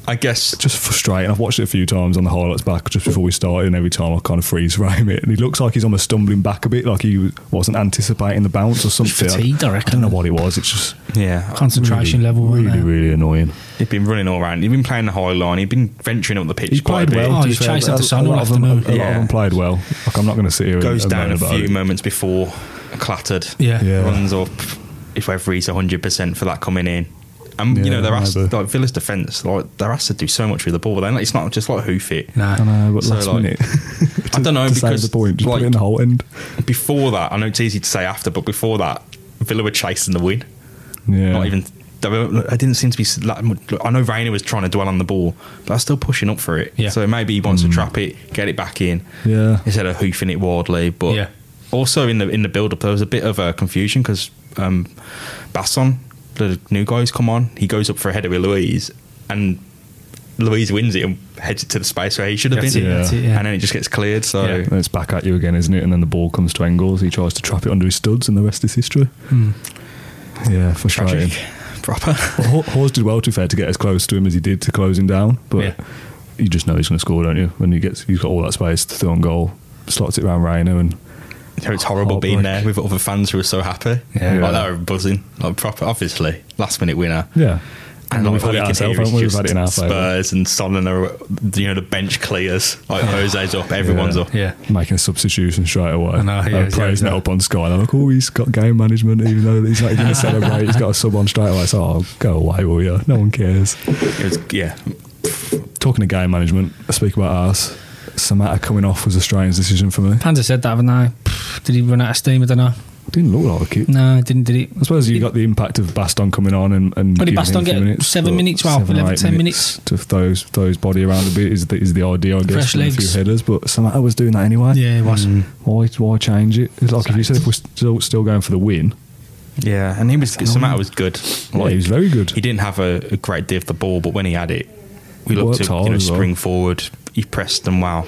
[SPEAKER 4] I guess
[SPEAKER 2] just frustrating. I've watched it a few times on the highlights back just before we started, and every time I kind of freeze frame it. And he looks like he's almost stumbling back a bit, like he wasn't anticipating the bounce or something.
[SPEAKER 3] fatigued, I reckon.
[SPEAKER 2] I don't know what it was. It's just
[SPEAKER 4] yeah,
[SPEAKER 3] concentration
[SPEAKER 2] really,
[SPEAKER 3] level. weren't
[SPEAKER 2] Really,
[SPEAKER 3] they?
[SPEAKER 2] really annoying.
[SPEAKER 4] he'd been running all around. He'd been playing the high line. He'd been venturing up the pitch
[SPEAKER 2] He
[SPEAKER 4] quite
[SPEAKER 2] played
[SPEAKER 4] a bit.
[SPEAKER 2] well.
[SPEAKER 3] Oh,
[SPEAKER 2] to
[SPEAKER 3] he
[SPEAKER 2] be fair.
[SPEAKER 3] chased
[SPEAKER 2] A-
[SPEAKER 3] after Son
[SPEAKER 2] a lot
[SPEAKER 3] off
[SPEAKER 2] of
[SPEAKER 3] the
[SPEAKER 2] them, A lot
[SPEAKER 3] move.
[SPEAKER 2] of
[SPEAKER 4] Yeah.
[SPEAKER 2] them played well. Like, I'm not going to sit here.
[SPEAKER 4] Goes
[SPEAKER 2] and, and
[SPEAKER 4] down a
[SPEAKER 2] moan about
[SPEAKER 4] few
[SPEAKER 2] it.
[SPEAKER 4] moments before clattered.
[SPEAKER 3] Yeah.
[SPEAKER 2] Yeah.
[SPEAKER 4] runs up if whether he's hundred percent for that coming in. And you
[SPEAKER 2] Yeah,
[SPEAKER 4] know they're asked
[SPEAKER 2] maybe.
[SPEAKER 4] like Villa's defence, like they're asked to do so much with the ball. But then like, it's not just like hoof it.
[SPEAKER 2] I know, but
[SPEAKER 4] So,
[SPEAKER 2] last
[SPEAKER 4] like,
[SPEAKER 2] minute.
[SPEAKER 4] [laughs] I don't
[SPEAKER 2] [laughs]
[SPEAKER 4] know,
[SPEAKER 2] to save
[SPEAKER 4] because,
[SPEAKER 2] the point, just put
[SPEAKER 4] like-
[SPEAKER 2] it in the whole end.
[SPEAKER 4] Before that, I know it's easy to say after, but before that, Villa were chasing the win.
[SPEAKER 2] Yeah.
[SPEAKER 4] Not even. They were- I didn't seem to be. s- Like, I know Rainer was trying to dwell on the ball, but I'm still pushing up for it.
[SPEAKER 3] Yeah. Hmm.
[SPEAKER 4] So maybe he wants to trap it, get it back in,
[SPEAKER 2] Yeah.
[SPEAKER 4] instead of hoofing it wildly. But
[SPEAKER 3] Yeah.
[SPEAKER 4] also in the in the build up, there was a bit of a confusion because um, Basson, the new guy's come on. He goes up for a header with Louise, and Louise wins it and heads it to the space where he should have
[SPEAKER 3] That's
[SPEAKER 4] been.
[SPEAKER 3] it, that's it, yeah.
[SPEAKER 4] And then it just gets cleared. So
[SPEAKER 3] Yeah.
[SPEAKER 2] And it's back at you again, isn't it? And then the ball comes to angles. He tries to trap it under his studs, and the rest is history.
[SPEAKER 3] Hmm.
[SPEAKER 2] Yeah, frustrating.
[SPEAKER 4] tragic, [laughs] proper.
[SPEAKER 2] But Ho- Hawes did well, to be fair, to get as close to him as he did to close him down. But
[SPEAKER 3] Yeah.
[SPEAKER 2] you just know he's going to score, don't you? When he gets, he's got all that space to throw on goal, slots it round Reiner, and
[SPEAKER 4] So it's horrible being
[SPEAKER 2] Heartbreak.
[SPEAKER 4] there with other fans who are so happy.
[SPEAKER 2] Yeah.
[SPEAKER 4] Like they were buzzing. Like proper, obviously, last minute winner.
[SPEAKER 2] yeah,
[SPEAKER 4] And
[SPEAKER 2] Well,
[SPEAKER 4] like, all you can hear is
[SPEAKER 2] haven't we? We've
[SPEAKER 4] just
[SPEAKER 2] had it in our favour.
[SPEAKER 4] Spurs and Son and are, you know the bench clears. Like Jose's up, everyone's
[SPEAKER 2] Yeah.
[SPEAKER 4] up.
[SPEAKER 3] Yeah.
[SPEAKER 2] Making a substitution straight away.
[SPEAKER 3] I know,
[SPEAKER 2] Uh,
[SPEAKER 3] yeah,
[SPEAKER 2] praising
[SPEAKER 3] yeah,
[SPEAKER 2] it
[SPEAKER 3] yeah.
[SPEAKER 2] up on Sky. They're like, oh, he's got game management, even though he's not even
[SPEAKER 3] [laughs]
[SPEAKER 2] going to celebrate. He's got a sub on straight away. So, oh, go away, will you? No one cares.
[SPEAKER 4] It was yeah.
[SPEAKER 2] Talking of game management, I speak about ours. Samata coming off was a strange decision for me.
[SPEAKER 3] Panzer said that, haven't I? Pff, Did he run out of steam? I don't know.
[SPEAKER 2] Didn't look like it.
[SPEAKER 3] No, he didn't. Did he?
[SPEAKER 2] I suppose you got the impact of Baston coming on and, and
[SPEAKER 3] What did
[SPEAKER 2] giving
[SPEAKER 3] Baston
[SPEAKER 2] him a few
[SPEAKER 3] get? Seven
[SPEAKER 2] but
[SPEAKER 3] minutes, well,
[SPEAKER 2] seven or
[SPEAKER 3] 11,
[SPEAKER 2] eight
[SPEAKER 3] 10
[SPEAKER 2] to throw his, throw his body around a bit is the, is the idea, I guess.
[SPEAKER 3] Fresh
[SPEAKER 2] from A
[SPEAKER 3] legs.
[SPEAKER 2] few headers, but Samata was doing that anyway.
[SPEAKER 3] Yeah, he was.
[SPEAKER 2] Why why change it? It's like if you said if we're still still going for the win,
[SPEAKER 4] Yeah, and he was Samata was good.
[SPEAKER 2] yeah, he was very good.
[SPEAKER 4] He didn't have a, a great deal of the ball, but when he had it, we
[SPEAKER 2] Worked
[SPEAKER 4] looked to
[SPEAKER 2] hard
[SPEAKER 4] you know,
[SPEAKER 2] as well.
[SPEAKER 4] spring forward. He pressed and wow,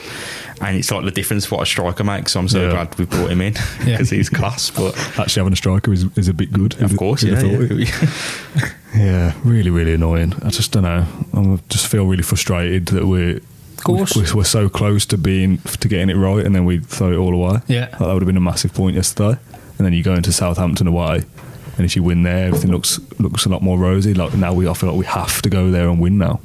[SPEAKER 4] and it's like the difference what a striker makes. So I'm so
[SPEAKER 2] Yeah.
[SPEAKER 4] glad we brought him in [laughs]
[SPEAKER 3] Yeah.
[SPEAKER 4] because he's class. But
[SPEAKER 2] Actually, having a striker is, is a bit good.
[SPEAKER 4] of course,
[SPEAKER 2] Who'd
[SPEAKER 4] yeah,
[SPEAKER 2] have thought it?
[SPEAKER 4] yeah.
[SPEAKER 2] Yeah, really, really annoying. I just don't know. I just feel really frustrated that we're
[SPEAKER 3] course.
[SPEAKER 2] we're, we're so close to being to getting it right, and then we throw it all away.
[SPEAKER 3] Yeah.
[SPEAKER 2] Like, that would have been a massive point yesterday. And then you go into Southampton away, and if you win there, everything looks looks a lot more rosy. Like now, we I feel like we have to go there and win now.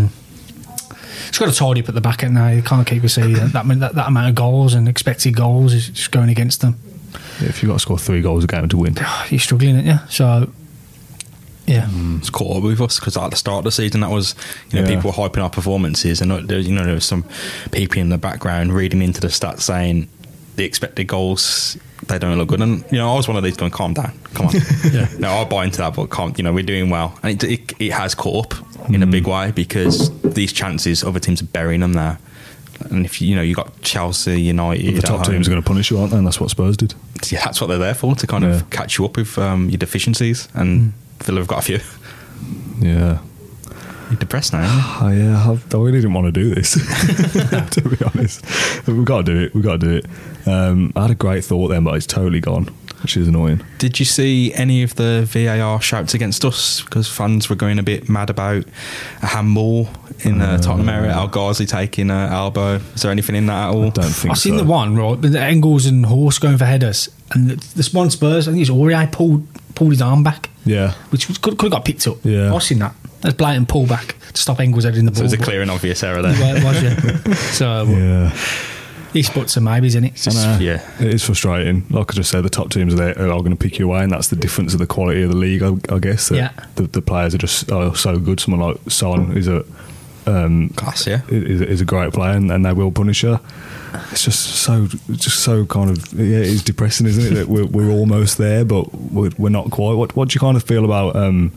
[SPEAKER 3] He's got to tidy up at the back end now. You can't keep receiving that, that, that, that amount of goals and expected goals is just going against them. [sighs]
[SPEAKER 2] If you've got to score three goals a game to win,
[SPEAKER 3] You're struggling, aren't you? So, yeah.
[SPEAKER 4] it's caught up with us because at the start of the season, that was you know
[SPEAKER 2] Yeah.
[SPEAKER 4] people were hyping our performances, and uh, there, you know there was some people in the background reading into the stats saying the expected goals they don't look good, and you know I was one of these going, calm down,
[SPEAKER 2] [laughs]
[SPEAKER 4] come on, no, I'll buy into that, but can't you know we're doing well, and it it, it has caught up in a
[SPEAKER 2] Mm.
[SPEAKER 4] big way because these chances other teams are burying them there. And if you you know you got Chelsea, United,
[SPEAKER 2] the top teams are going to punish you, aren't they? And that's what Spurs did.
[SPEAKER 4] to. Yeah, that's what they're there for to kind
[SPEAKER 2] Yeah. Mm.
[SPEAKER 4] of catch you up with um, your deficiencies. And Villa have got a few. [laughs]
[SPEAKER 2] Yeah.
[SPEAKER 4] You're depressed now. aren't you?
[SPEAKER 2] Oh yeah, I've, I really didn't want to do this. [laughs] to be honest, we've got to do it. We've got to do it. Um, I had a great thought then, but it's totally gone, which is annoying.
[SPEAKER 4] Did you see any of the VAR shouts against us? Because fans were going a bit mad about a handball in the Tottenham area, Al Ghazi taking an elbow. Is there anything in that at all?
[SPEAKER 2] Uh. Don't think.
[SPEAKER 3] I've seen
[SPEAKER 2] so.
[SPEAKER 3] the one, right, with the Engels and Horse going for headers. And the, the one Spurs, I think it's Aurier pulled, pulled his arm back,
[SPEAKER 2] Yeah,
[SPEAKER 3] which was- could, could have got picked up.
[SPEAKER 2] Yeah.
[SPEAKER 3] I've seen that. That's blatant pullback to stop Engels heading the ball.
[SPEAKER 4] So it's a
[SPEAKER 3] but-
[SPEAKER 4] clear and obvious error there.
[SPEAKER 3] Well, it
[SPEAKER 2] [laughs]
[SPEAKER 3] was, yeah. so, yeah.
[SPEAKER 2] yeah.
[SPEAKER 3] he spots some maybes, isn't it?
[SPEAKER 4] Just-
[SPEAKER 2] I know.
[SPEAKER 4] yeah.
[SPEAKER 2] it is frustrating. Like I just said, the top teams are there are going to pick you away, and that's the difference of the quality of the league, I, I guess. that
[SPEAKER 3] Yeah.
[SPEAKER 2] the, the players are just are so good. Someone like Son is a
[SPEAKER 4] Class, yeah.
[SPEAKER 2] is, is a great player, and, and they will punish her. It's just so, just so kind of yeah, it's depressing, isn't it? That we're, we're almost there, but we're, we're not quite. What what do you kind of feel about um,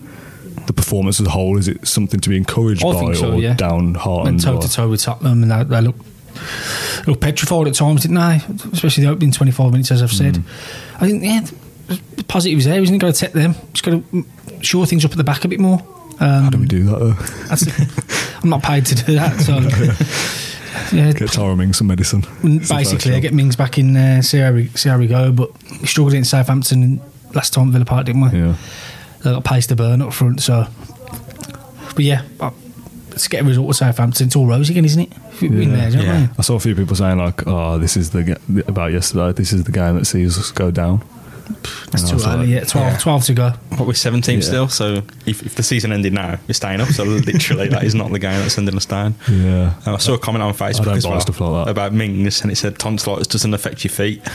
[SPEAKER 2] the performance as a whole? Is it something to be encouraged
[SPEAKER 3] I
[SPEAKER 2] by,
[SPEAKER 3] think so,
[SPEAKER 2] or
[SPEAKER 3] yeah.
[SPEAKER 2] downhearted?
[SPEAKER 3] went toe to toe with Tottenham, and they, they look look petrified at times, didn't they? Especially the opening twenty five minutes, as I've said.
[SPEAKER 2] Mm.
[SPEAKER 3] I think yeah, the positives there, isn't it? Got to take them, just got to shore things up at the back a bit more.
[SPEAKER 2] How
[SPEAKER 3] Um,
[SPEAKER 2] do we do that [laughs] though?
[SPEAKER 3] that's [laughs] I'm not paid to
[SPEAKER 2] [laughs]
[SPEAKER 3] do that, so yeah.
[SPEAKER 2] Get Tara Ming some medicine. It's the first
[SPEAKER 3] Basically, I
[SPEAKER 2] job.
[SPEAKER 3] get Mings back in there, see how we, see how we go. But we struggled in Southampton last time at Villa Park, didn't we?
[SPEAKER 2] yeah.
[SPEAKER 3] They got pace to burn up front, so. But yeah, I, to get a result to Southampton, it's all rose again, isn't it? If we win there, do you know what I
[SPEAKER 4] Yeah.
[SPEAKER 3] mean?
[SPEAKER 2] I saw a few people saying like, "Oh, this is the ga- about yesterday. This is the game that sees us go down."
[SPEAKER 3] It's
[SPEAKER 2] And I
[SPEAKER 3] too
[SPEAKER 2] was
[SPEAKER 3] early,
[SPEAKER 2] like,
[SPEAKER 3] yeah. 12,
[SPEAKER 4] yeah.
[SPEAKER 3] 12 to go.
[SPEAKER 4] What we're 17
[SPEAKER 2] Yeah.
[SPEAKER 4] still, so if, if the season ended now, we're staying up. So literally, that is not the game that's sending us down.
[SPEAKER 2] Yeah.
[SPEAKER 4] And I saw a comment on Facebook
[SPEAKER 2] don't
[SPEAKER 4] as
[SPEAKER 2] buy
[SPEAKER 4] well
[SPEAKER 2] stuff like that.
[SPEAKER 4] about Mings, and it said tonsillitis doesn't affect
[SPEAKER 2] [laughs]
[SPEAKER 4] your feet. [laughs]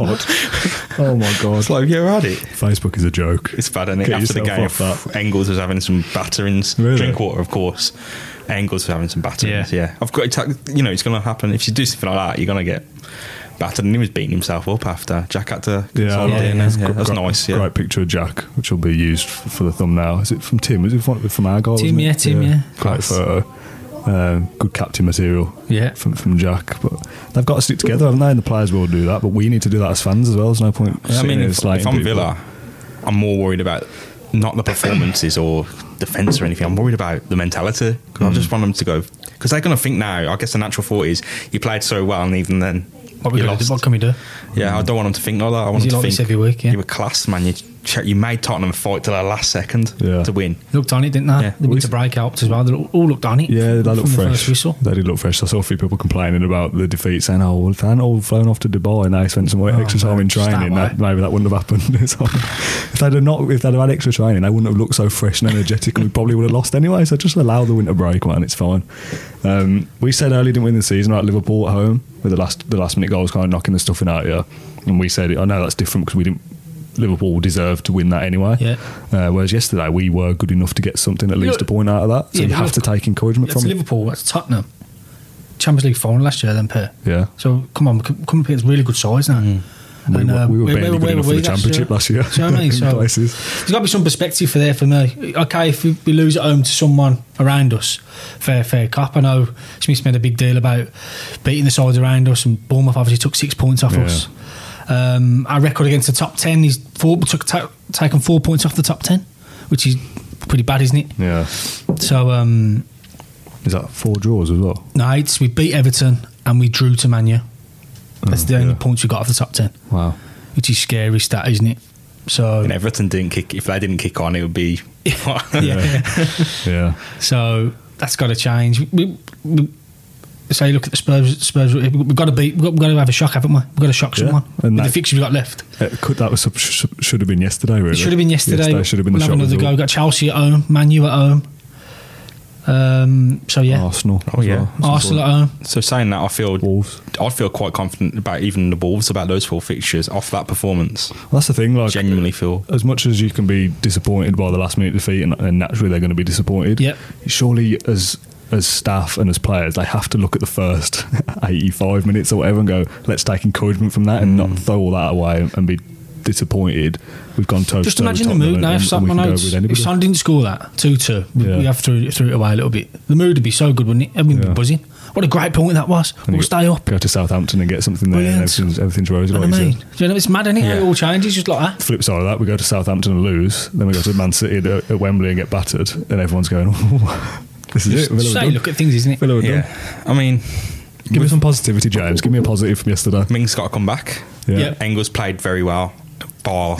[SPEAKER 2] Oh my god!
[SPEAKER 4] It's like, yeah, I had it.
[SPEAKER 2] Facebook is a joke.
[SPEAKER 4] It's bad, isn't it?
[SPEAKER 2] Get
[SPEAKER 4] After the game,
[SPEAKER 2] yourself off that.
[SPEAKER 4] Engels was having some batterings.
[SPEAKER 2] Really?
[SPEAKER 4] Drink water, of course. Engels was having some batterings. Yeah, I've got. to- You know, it's going to happen. If you do something like that, you're going to get battered. And he was beating himself up after. Jack had to.
[SPEAKER 2] Yeah, I like
[SPEAKER 4] consolidate him.
[SPEAKER 2] it. It's
[SPEAKER 4] Yeah,
[SPEAKER 2] gr-
[SPEAKER 4] that was
[SPEAKER 2] gr-
[SPEAKER 4] nice. Yeah.
[SPEAKER 2] Great picture of Jack, which will be used f- for the thumbnail. Is it from Tim? Is it from, from our goal?
[SPEAKER 3] Tim,
[SPEAKER 2] wasn't it?
[SPEAKER 3] yeah, Tim, yeah.
[SPEAKER 2] Great
[SPEAKER 3] Class.
[SPEAKER 2] photo. Um, good captain material.
[SPEAKER 3] Yeah.
[SPEAKER 2] from, from Jack. But they've got to stick together, haven't they? And the players will do that, but we need to do that as fans as well. There's no point.
[SPEAKER 4] I
[SPEAKER 2] sitting
[SPEAKER 4] mean,
[SPEAKER 2] here
[SPEAKER 4] if, if
[SPEAKER 2] slating
[SPEAKER 4] I'm
[SPEAKER 2] people.
[SPEAKER 4] Villa, I'm more worried about not the performances or defence or anything. I'm worried about the mentality. 'Cause I just
[SPEAKER 2] Hmm.
[SPEAKER 4] want them to go because they're going to think now. I guess the natural thought is you played so well, and even then,
[SPEAKER 3] What, we
[SPEAKER 4] you
[SPEAKER 3] gonna do,
[SPEAKER 4] lost.
[SPEAKER 3] what can we do?
[SPEAKER 4] Yeah, I don't want them to think like that. I want
[SPEAKER 3] You
[SPEAKER 4] them to
[SPEAKER 3] like
[SPEAKER 4] think
[SPEAKER 3] this every week, yeah.
[SPEAKER 4] you were class, man. You ch- you made Tottenham fight till the last second
[SPEAKER 2] Yeah.
[SPEAKER 4] to win.
[SPEAKER 3] Looked on it, didn't they?
[SPEAKER 4] Yeah.
[SPEAKER 3] They went to break out as well. They all all looked on it.
[SPEAKER 2] Yeah, they
[SPEAKER 3] from
[SPEAKER 2] look
[SPEAKER 3] the
[SPEAKER 2] fresh.
[SPEAKER 3] First whistle.
[SPEAKER 2] They did look fresh. I saw a few people complaining about the defeat, saying, "Oh, well, if they hadn't all flown off to Dubai and they spent some
[SPEAKER 3] Oh,
[SPEAKER 2] extra time
[SPEAKER 3] man,
[SPEAKER 2] in
[SPEAKER 3] just
[SPEAKER 2] training,
[SPEAKER 3] that
[SPEAKER 2] that, maybe that wouldn't have happened." [laughs] It's like, if they'd have not, if they'd have had extra training, they wouldn't have looked so fresh and energetic, and we probably would have lost anyway. So just allow the winter break, man. It's fine. Um, we said earlier, didn't we, in the season about Liverpool at home, where the last the last minute goal was kind of knocking the stuffing out of you, and we said, "I know that's different because we didn't." Liverpool deserved to win that anyway.
[SPEAKER 3] Yeah.
[SPEAKER 2] Uh, whereas yesterday we were good enough to get something at least
[SPEAKER 3] Look-
[SPEAKER 2] a point out of that. So
[SPEAKER 3] Yeah,
[SPEAKER 2] you
[SPEAKER 3] but
[SPEAKER 2] have
[SPEAKER 3] look-
[SPEAKER 2] to take encouragement
[SPEAKER 3] That's
[SPEAKER 2] from it.
[SPEAKER 3] Liverpool, that's Tottenham. Champions League final last year, then, Per.
[SPEAKER 2] Yeah.
[SPEAKER 3] So come on, come come up against really good sides now.
[SPEAKER 2] Mm. We
[SPEAKER 3] And,
[SPEAKER 2] were-
[SPEAKER 3] um,
[SPEAKER 2] we were
[SPEAKER 3] where-
[SPEAKER 2] barely
[SPEAKER 3] where-
[SPEAKER 2] good
[SPEAKER 3] where
[SPEAKER 2] enough
[SPEAKER 3] were
[SPEAKER 2] for
[SPEAKER 3] we
[SPEAKER 2] the championship last year.
[SPEAKER 3] Do you
[SPEAKER 2] [laughs]
[SPEAKER 3] know what I mean?
[SPEAKER 2] In
[SPEAKER 3] So
[SPEAKER 2] places.
[SPEAKER 3] there's got to be some perspective for there for me. Okay, if we we lose at home to someone around us, fair, fair cop. I know Smith's made a big deal about beating the sides around us, and Bournemouth obviously took six points off
[SPEAKER 2] Yeah.
[SPEAKER 3] us. Um, our record against the top ten is four, took ta- taken four points off the top ten, which is pretty bad, isn't it?
[SPEAKER 2] Yeah.
[SPEAKER 3] So. Um,
[SPEAKER 2] Is that four draws as well?
[SPEAKER 3] nights. We beat Everton and we drew to Manu. That's
[SPEAKER 2] Oh,
[SPEAKER 3] the only
[SPEAKER 2] yeah.
[SPEAKER 3] points we got off the top ten,
[SPEAKER 2] Wow.
[SPEAKER 3] which is scary stat, isn't it? So
[SPEAKER 4] And Everton didn't kick. If they didn't kick on, it would be. [laughs]
[SPEAKER 3] yeah.
[SPEAKER 2] Yeah.
[SPEAKER 3] [laughs] so that's got to change. We, we say look at the Spurs. Spurs. We've got to beat. We've got, we've got to have a shock, haven't we? We've got to shock
[SPEAKER 2] Yeah.
[SPEAKER 3] someone.
[SPEAKER 2] And
[SPEAKER 3] With the
[SPEAKER 2] that-
[SPEAKER 3] fixture we have got left.
[SPEAKER 2] It Uh, could, that was sup- sh- should have been yesterday, really.
[SPEAKER 3] It should have been yesterday.
[SPEAKER 2] Yesterday should have been the
[SPEAKER 3] we'll
[SPEAKER 2] shot
[SPEAKER 3] have another go.
[SPEAKER 2] result.
[SPEAKER 3] We've got Chelsea at home. Manu at home. Um. So yeah,
[SPEAKER 2] Arsenal.
[SPEAKER 4] Oh,
[SPEAKER 2] as
[SPEAKER 4] yeah.
[SPEAKER 2] well.
[SPEAKER 3] Arsenal at home.
[SPEAKER 4] So saying that, I feel
[SPEAKER 2] Wolves.
[SPEAKER 4] I'd feel quite confident about even the Wolves about those four fixtures off that performance.
[SPEAKER 2] Well, that's the thing. Like,
[SPEAKER 4] Genuinely feel.
[SPEAKER 2] as much as you can be disappointed by the last minute defeat, and, and naturally they're going to be disappointed.
[SPEAKER 3] Yep.
[SPEAKER 2] Surely, as as staff and as players, they have to look at the first [laughs] eighty-five minutes or whatever and go, let's take encouragement from that and not throw all that away and, and be disappointed. We've gone toe.
[SPEAKER 3] Just imagine the mood now. If, Son, I know it's- if Son didn't score that 2 2, we,
[SPEAKER 2] Yeah.
[SPEAKER 3] we have threw, threw it away a little bit. The mood would be so good, wouldn't it? Everyone would
[SPEAKER 2] Yeah.
[SPEAKER 3] be buzzing. What a great point that was. We'll stay up.
[SPEAKER 2] Go to Southampton and get something there, and
[SPEAKER 3] Brilliant.
[SPEAKER 2] everything's, everything's rosy.
[SPEAKER 3] You know
[SPEAKER 2] Like
[SPEAKER 3] what I
[SPEAKER 2] you
[SPEAKER 3] mean?
[SPEAKER 2] said.
[SPEAKER 3] Do you know, it's mad, isn't it? How
[SPEAKER 4] Yeah.
[SPEAKER 3] It all changes just like that.
[SPEAKER 2] Flip side of that, we go to Southampton and lose. Then we go to Man City at, at Wembley and get battered, and everyone's going, [laughs] "Oh, "This is it." Villa are
[SPEAKER 3] Just say,
[SPEAKER 2] done.
[SPEAKER 3] look at things, isn't it?
[SPEAKER 2] Villa are done.
[SPEAKER 4] Yeah, I mean,
[SPEAKER 2] Give me some positivity, James. Give me a positive from yesterday.
[SPEAKER 4] Ming's got to come back.
[SPEAKER 2] Yeah.
[SPEAKER 3] Yeah.
[SPEAKER 4] Engels played very well. Bar,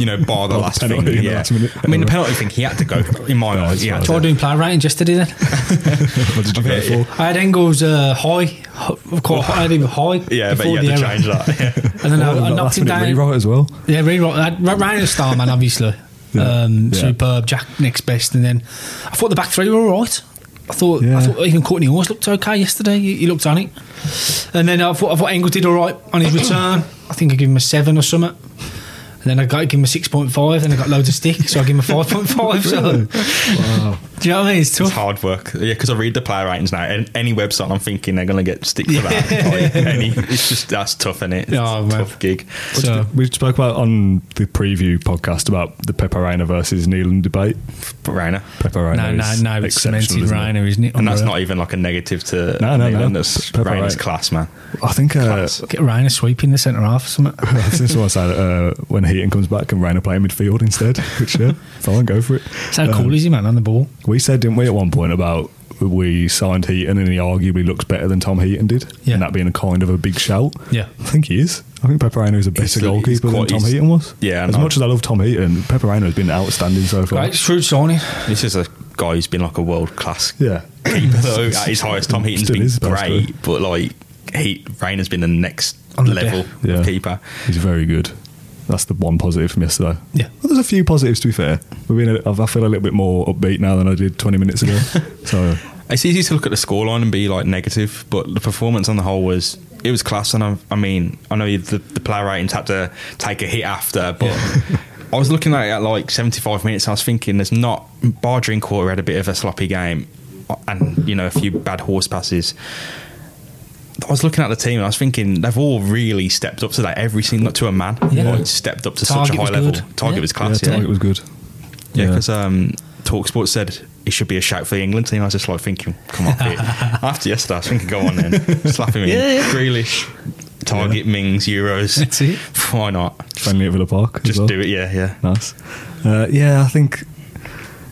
[SPEAKER 4] you know,
[SPEAKER 2] [laughs]
[SPEAKER 4] bar the
[SPEAKER 2] Bar the
[SPEAKER 4] last thing.
[SPEAKER 2] penalty in the
[SPEAKER 4] Yeah.
[SPEAKER 2] last minute.
[SPEAKER 4] I mean, the penalty thing. He had to go. In my
[SPEAKER 2] Yeah,
[SPEAKER 4] eyes, he had
[SPEAKER 2] that's
[SPEAKER 4] to.
[SPEAKER 3] Try doing player rating yesterday then.
[SPEAKER 2] What did you go for?
[SPEAKER 3] I had Engels uh, high, h- quite high, I had him high
[SPEAKER 4] Yeah, but
[SPEAKER 3] before
[SPEAKER 4] you had
[SPEAKER 3] the
[SPEAKER 4] to
[SPEAKER 3] error.
[SPEAKER 4] change that.
[SPEAKER 3] [laughs]
[SPEAKER 4] Yeah.
[SPEAKER 3] And then I, I
[SPEAKER 2] that
[SPEAKER 3] knocked
[SPEAKER 2] last
[SPEAKER 3] him
[SPEAKER 2] minute
[SPEAKER 3] down.
[SPEAKER 2] rewrite as well.
[SPEAKER 3] Yeah, really right. I'd- Ra- Ryan is star man, obviously.
[SPEAKER 2] Yeah.
[SPEAKER 3] Um,
[SPEAKER 2] Yeah.
[SPEAKER 3] Superb. Jack next best, and then I thought the back three were all right. I thought,
[SPEAKER 2] Yeah.
[SPEAKER 3] I thought even Courtney Horse looked okay yesterday. He, he looked on it, and then I thought, I thought Engel did all right on his return. I think I give him a seven or something. And then I got give him a six point five. Then I got loads of stick, so I give him a five point five. [laughs] So, do you know what I mean? It's
[SPEAKER 4] It's
[SPEAKER 3] tough.
[SPEAKER 4] hard work. Yeah, because I read the player ratings now, and any website I'm thinking they're going to get stick for that. Like, any, it's just that's tough, is it? It's
[SPEAKER 3] Yeah,
[SPEAKER 4] a
[SPEAKER 3] man.
[SPEAKER 4] tough gig.
[SPEAKER 3] So
[SPEAKER 2] We spoke about on the preview podcast about the Pepe Reina versus Nealon debate.
[SPEAKER 4] But Rainer,
[SPEAKER 2] Pepe Reina
[SPEAKER 3] no, no,
[SPEAKER 2] is
[SPEAKER 3] no. It's
[SPEAKER 2] exceptional,
[SPEAKER 3] cemented
[SPEAKER 2] isn't it?
[SPEAKER 3] Reiner, isn't it?
[SPEAKER 4] and that's
[SPEAKER 3] Unreal.
[SPEAKER 4] not even like a negative to
[SPEAKER 2] No, no, no.
[SPEAKER 4] Neyland. That's
[SPEAKER 2] Pepper
[SPEAKER 4] Reiner's
[SPEAKER 2] Reina.
[SPEAKER 4] class, man.
[SPEAKER 2] I think uh,
[SPEAKER 4] Class.
[SPEAKER 3] get Reiner sweeping the centre half or something.
[SPEAKER 2] this is what I said uh, when Heaton comes back and Reina play midfield instead. Which yeah, fine, go for it.
[SPEAKER 3] So how
[SPEAKER 2] Um,
[SPEAKER 3] cool is he, man, on the ball?
[SPEAKER 2] We said, didn't we, at one point about we signed Heaton and he arguably looks better than Tom Heaton did,
[SPEAKER 3] Yeah.
[SPEAKER 2] and that being a kind of a big shout.
[SPEAKER 3] Yeah.
[SPEAKER 2] I think he is. I think Pepe Reina is a better
[SPEAKER 4] He's- he's
[SPEAKER 2] goalkeeper
[SPEAKER 4] quite-
[SPEAKER 2] than Tom
[SPEAKER 4] he's-
[SPEAKER 2] Heaton was.
[SPEAKER 4] Yeah, I
[SPEAKER 2] as
[SPEAKER 4] know.
[SPEAKER 2] much as I love Tom Heaton, Pepe Reina has been outstanding so far.
[SPEAKER 3] Right, shrewd signing.
[SPEAKER 4] This is a guy's been like a world
[SPEAKER 2] [laughs]
[SPEAKER 4] class
[SPEAKER 2] Yeah.
[SPEAKER 4] keeper though, at his highest. Tom Heaton's
[SPEAKER 2] Still
[SPEAKER 4] been
[SPEAKER 2] is the best,
[SPEAKER 4] great,
[SPEAKER 2] though.
[SPEAKER 4] but like he Rayner's been the next
[SPEAKER 3] On the
[SPEAKER 4] level
[SPEAKER 2] Yeah.
[SPEAKER 4] of keeper.
[SPEAKER 2] He's very good. That's the one positive from yesterday.
[SPEAKER 3] Yeah.
[SPEAKER 2] Well, there's a few positives to be fair. We've been. A, I feel a little bit more upbeat now than I did 20 minutes
[SPEAKER 3] [laughs]
[SPEAKER 2] ago. so
[SPEAKER 4] It's easy to look at the scoreline and be like negative, but the performance on the whole was it was class. And I, I mean, I know the, the player ratings had to take a hit after, but [laughs] I was looking at it at like seventy five minutes. I was thinking, there's not bar Drinkwater had a bit of a sloppy game, and you know a few bad horse passes. I was looking at the team and I was thinking they've all really stepped up today. Every single to a man,
[SPEAKER 3] Yeah.
[SPEAKER 4] like, stepped up to such
[SPEAKER 3] Target
[SPEAKER 4] a high
[SPEAKER 3] was
[SPEAKER 4] level.
[SPEAKER 3] good.
[SPEAKER 4] Target
[SPEAKER 3] Yeah.
[SPEAKER 4] was class.
[SPEAKER 2] yeah,
[SPEAKER 4] Yeah,
[SPEAKER 2] it was good.
[SPEAKER 4] yeah, because um, Talksport said it should be a shout for the England team. I was just like thinking, come on, [laughs] Pete. after yesterday, I was thinking, go on then, [laughs] slap him in.
[SPEAKER 3] Yeah, yeah.
[SPEAKER 4] Grealish, Target, Mings, Euros.
[SPEAKER 3] That's it.
[SPEAKER 4] Why not?
[SPEAKER 2] friendly at Villa Park.
[SPEAKER 4] Just do it. Yeah, yeah.
[SPEAKER 2] Nice. Uh, yeah, I think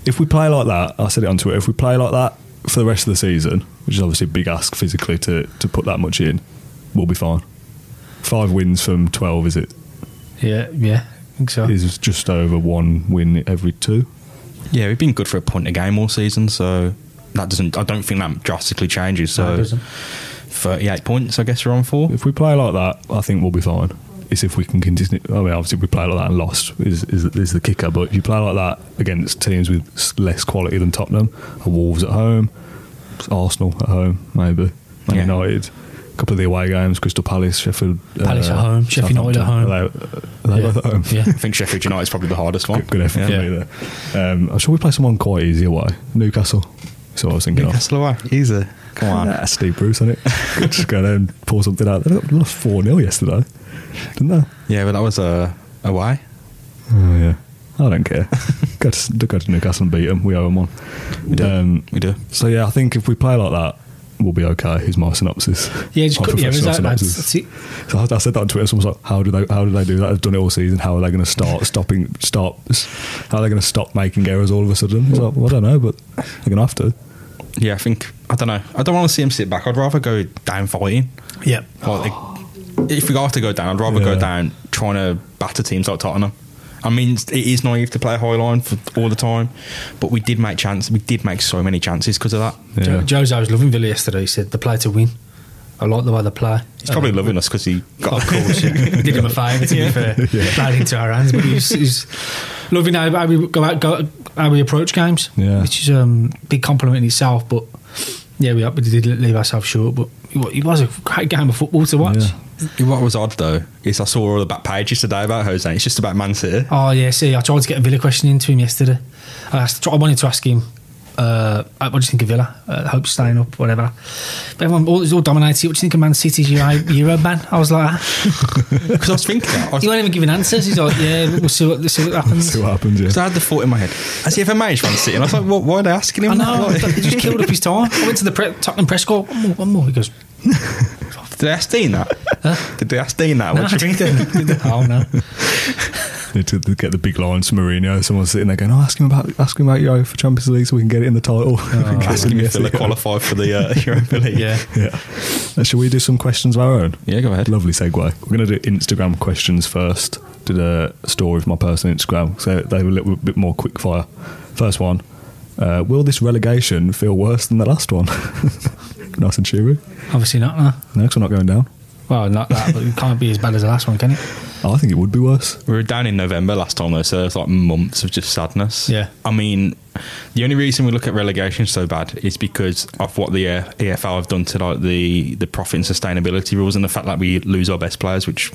[SPEAKER 2] if we play like that, I said it on Twitter. If we play like that for the rest of the season, which is obviously a big ask physically to to put that much in, we'll be fine. Five wins from twelve is it
[SPEAKER 3] Yeah, yeah. I think so.
[SPEAKER 2] is just over one win every two.
[SPEAKER 4] Yeah, we've been good for a point a game all season, so that doesn't. I don't think that drastically changes.
[SPEAKER 3] No, it
[SPEAKER 4] So
[SPEAKER 3] doesn't.
[SPEAKER 4] thirty-eight points, I guess we're on for.
[SPEAKER 2] If we play like that, I think we'll be fine. It's if we can continue. I mean, obviously, if we play like that and lost is, is is the kicker. But if you play like that against teams with s- less quality than Tottenham, or Wolves at home, Arsenal at home, maybe Man
[SPEAKER 4] Yeah.
[SPEAKER 2] United, a couple of the away games, Crystal Palace, Sheffield uh,
[SPEAKER 3] Palace at home, Sheffield United at
[SPEAKER 2] Southampton. Are they, are they
[SPEAKER 3] yeah.
[SPEAKER 2] both at home?
[SPEAKER 3] Yeah.
[SPEAKER 4] I think Sheffield United's probably the hardest one.
[SPEAKER 2] Good, good effort
[SPEAKER 4] Yeah.
[SPEAKER 2] for me there. Um, I'm sure we play someone quite easy away. Newcastle. That's what I was thinking of.
[SPEAKER 4] Newcastle away. He's a come on.
[SPEAKER 2] Nah, Steve Bruce on it. Just go there and pour something out. They lost 4 0 yesterday, didn't they?
[SPEAKER 4] Yeah, but that was a uh, away.
[SPEAKER 2] Oh, yeah. I don't care. go, to, go to Newcastle and beat them. We owe them one. Um,
[SPEAKER 4] We do.
[SPEAKER 2] so, yeah, I think if we play like that, we'll be okay. Is my synopsis.
[SPEAKER 3] Yeah, just
[SPEAKER 2] My
[SPEAKER 3] cut- yeah, it was
[SPEAKER 2] professional
[SPEAKER 3] that bad.
[SPEAKER 2] synopsis.
[SPEAKER 3] That's it.
[SPEAKER 2] So I, I said that on Twitter. Someone was like, "How do they? How do they do that? They've done it all season. How are they going to start stopping? Stop? How are they going to stop making errors all of a sudden?" I was like, well, I don't know, but they're going to have to.
[SPEAKER 4] Yeah, I think I don't know. I don't want to see him sit back. I'd rather go down fighting.
[SPEAKER 3] Yeah.
[SPEAKER 4] Like, if we have to go down, I'd rather go
[SPEAKER 2] Yeah.
[SPEAKER 4] down trying to batter teams like Tottenham. I mean, it is naive to play a high line for all the time, but we did make chance. We did make so many chances because of that.
[SPEAKER 2] Yeah.
[SPEAKER 3] Jo- Jose was loving Villa yesterday. He said, the play to win. I like the way they play.
[SPEAKER 4] He's probably
[SPEAKER 3] Uh-huh.
[SPEAKER 4] loving us because he got
[SPEAKER 3] Of
[SPEAKER 2] [laughs]
[SPEAKER 3] course, yeah. did him a favour to be fair. Played into our hands, but he's, he's loving how, how we go, out, go how we approach games,
[SPEAKER 2] Yeah.
[SPEAKER 3] which is a um, big compliment in itself. But yeah, we, we did leave ourselves short, but it wa- it was a great game of football to watch.
[SPEAKER 2] Yeah.
[SPEAKER 4] [laughs] What was odd though is I saw all the back pages today about Jose. It's just about
[SPEAKER 3] [laughs]
[SPEAKER 4] Man City.
[SPEAKER 3] Oh yeah, see, I tried to get a Villa question into him yesterday. I, asked, I wanted to ask him, uh, what do you think of Villa? Uh, hope staying up, whatever. But everyone all, it's all dominated. What do you think of Man City's Euro, Euro ban? I was like, ah.
[SPEAKER 4] Because I was thinking, I, was,
[SPEAKER 3] he won't even giving answers. He's like, yeah, we'll see what, see what happens.
[SPEAKER 2] See what happens. Yeah.
[SPEAKER 4] [laughs] 'cause I had the thought in my head. Has he ever managed Man City? And I was like, what, why are they asking him?
[SPEAKER 3] I
[SPEAKER 4] that?
[SPEAKER 3] know.
[SPEAKER 4] Like, [laughs]
[SPEAKER 3] he just killed up his time. I went to the pre- Tottenham press corps. One more, one more. He goes,
[SPEAKER 4] did they ask Dean that? Did they ask Dean that?
[SPEAKER 3] no,
[SPEAKER 4] What do
[SPEAKER 3] I
[SPEAKER 4] you think?
[SPEAKER 3] didn't. Didn't- [laughs] oh no.
[SPEAKER 2] They did get the big lines to Mourinho. Someone's sitting there going, "Oh, ask him about ask him about Euro for Champions League so we can get it in the title." [laughs]
[SPEAKER 4] Asking if Villa qualify for the uh, [laughs] Europa League.
[SPEAKER 3] Yeah.
[SPEAKER 2] Yeah. Uh, shall we do some questions of our own?
[SPEAKER 4] Yeah, go ahead.
[SPEAKER 2] Lovely segue. We're going to do Instagram questions first. Did a story from my personal Instagram, so they were a little bit more quick fire. First one uh, Will this relegation feel worse than the last one? [laughs] nice and cheery.
[SPEAKER 3] Obviously not. No.
[SPEAKER 2] No, 'cause we're not going down.
[SPEAKER 3] Well, not that, but it can't be as bad as the last one, can it?
[SPEAKER 2] I think it would be worse.
[SPEAKER 4] We were down in November last time though, so it's like months of just sadness.
[SPEAKER 3] Yeah.
[SPEAKER 4] I mean, the only reason we look at relegation so bad is because of what the uh, EFL have done to like the the profit and sustainability rules and the fact that we lose our best players, which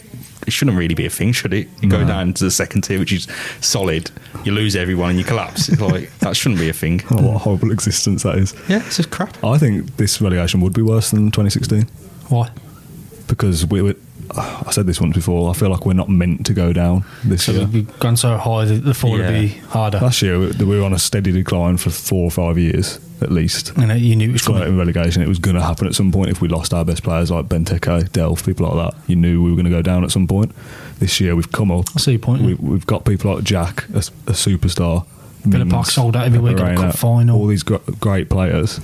[SPEAKER 4] it shouldn't really be a thing, should it? You go down to the second tier, which is solid, you lose everyone and you collapse. It's like that shouldn't be a thing.
[SPEAKER 2] Oh, what a horrible [laughs] existence that is.
[SPEAKER 4] [laughs] Yeah, it's just crap.
[SPEAKER 2] I think this relegation would be worse than 2016.
[SPEAKER 3] Why?
[SPEAKER 2] because we were. I said this once before. I feel like we're not meant to go down this
[SPEAKER 3] So
[SPEAKER 2] year.
[SPEAKER 3] we've gone so high that the fall would be
[SPEAKER 4] Yeah.
[SPEAKER 3] harder.
[SPEAKER 2] Last year we we were on a steady decline for four or five years at least.
[SPEAKER 3] you know, you knew it was coming.
[SPEAKER 2] Flirting relegation. It was going to happen at some point if we lost our best players like Benteke, Delph, people like that. You knew we were going to go down at some point. This year we've come up.
[SPEAKER 3] I see your point, yeah.
[SPEAKER 2] We, we've got people like Jack, a, s- a superstar.
[SPEAKER 3] Villa
[SPEAKER 2] Mings,
[SPEAKER 3] Park sold out every week, got a
[SPEAKER 2] Pereira,
[SPEAKER 3] cup final.
[SPEAKER 2] All these gr- great players.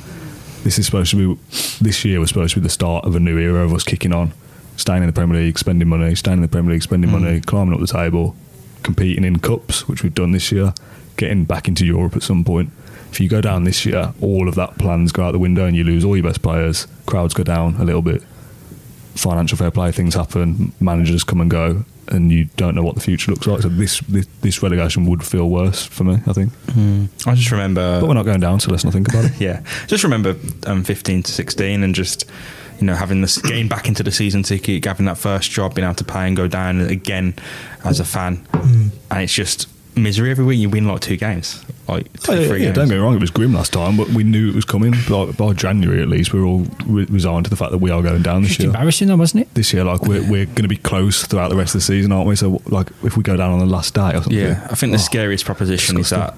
[SPEAKER 2] This is supposed to be. This year was supposed to be the start of a new era
[SPEAKER 3] Hmm.
[SPEAKER 2] of us kicking on, staying in the Premier League, spending money, staying in the Premier League, spending money, climbing up the table. competing in cups, which we've done this year, getting back into Europe at some point. If you go down this year, all of that plans go out the window and you lose all your best players. Crowds go down a little bit. Financial fair play things happen. Managers come and go, and you don't know what the future looks like. So this this, this relegation would feel worse for me, I think.
[SPEAKER 4] I just remember
[SPEAKER 2] But we're not going down, so let's not think about it.
[SPEAKER 4] yeah, just remember um, 15 to 16 and just, you know, having this getting back into the season ticket, having that first job, being able to pay and go down again as a fan.
[SPEAKER 2] Mm.
[SPEAKER 4] And it's just misery every week. You win like two games, like two,
[SPEAKER 2] Oh, yeah,
[SPEAKER 4] [laughs] three
[SPEAKER 2] yeah,
[SPEAKER 4] games.
[SPEAKER 2] don't get me wrong, it was grim last time, but we knew it was coming. By, by January, at least, we were all re- resigned to the fact that we are going down this
[SPEAKER 3] Just
[SPEAKER 2] year.
[SPEAKER 3] embarrassing, though, wasn't it?
[SPEAKER 2] This year, like we're, we're going to be close throughout the rest of the season, aren't we? So, like, if we go down on the last day or something,
[SPEAKER 4] Yeah, I think the
[SPEAKER 2] Oh,
[SPEAKER 4] scariest proposition is that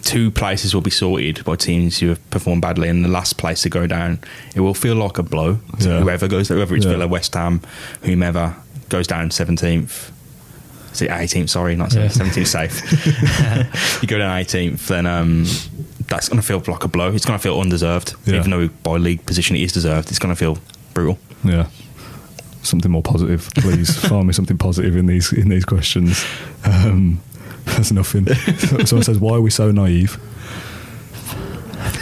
[SPEAKER 4] two places will be sorted by teams who have performed badly, and the last place to go down, it will feel like a blow to
[SPEAKER 2] Yeah.
[SPEAKER 4] whoever goes, whether it's
[SPEAKER 2] Yeah.
[SPEAKER 4] Villa, West Ham, whomever goes down seventeenth. Is it eighteenth? Sorry, not
[SPEAKER 3] Yeah.
[SPEAKER 2] [laughs]
[SPEAKER 4] seventeenth. safe. you go down eighteenth, then um, that's going to feel like a blow. It's going to feel undeserved,
[SPEAKER 2] Yeah.
[SPEAKER 4] even though by league position it is deserved. It's going to feel brutal.
[SPEAKER 2] yeah. Something more positive,
[SPEAKER 3] [laughs]
[SPEAKER 2] please. Find me something positive in these in these questions. Um, there's nothing. [laughs] Someone says, "Why are we so naive?"
[SPEAKER 3] [laughs]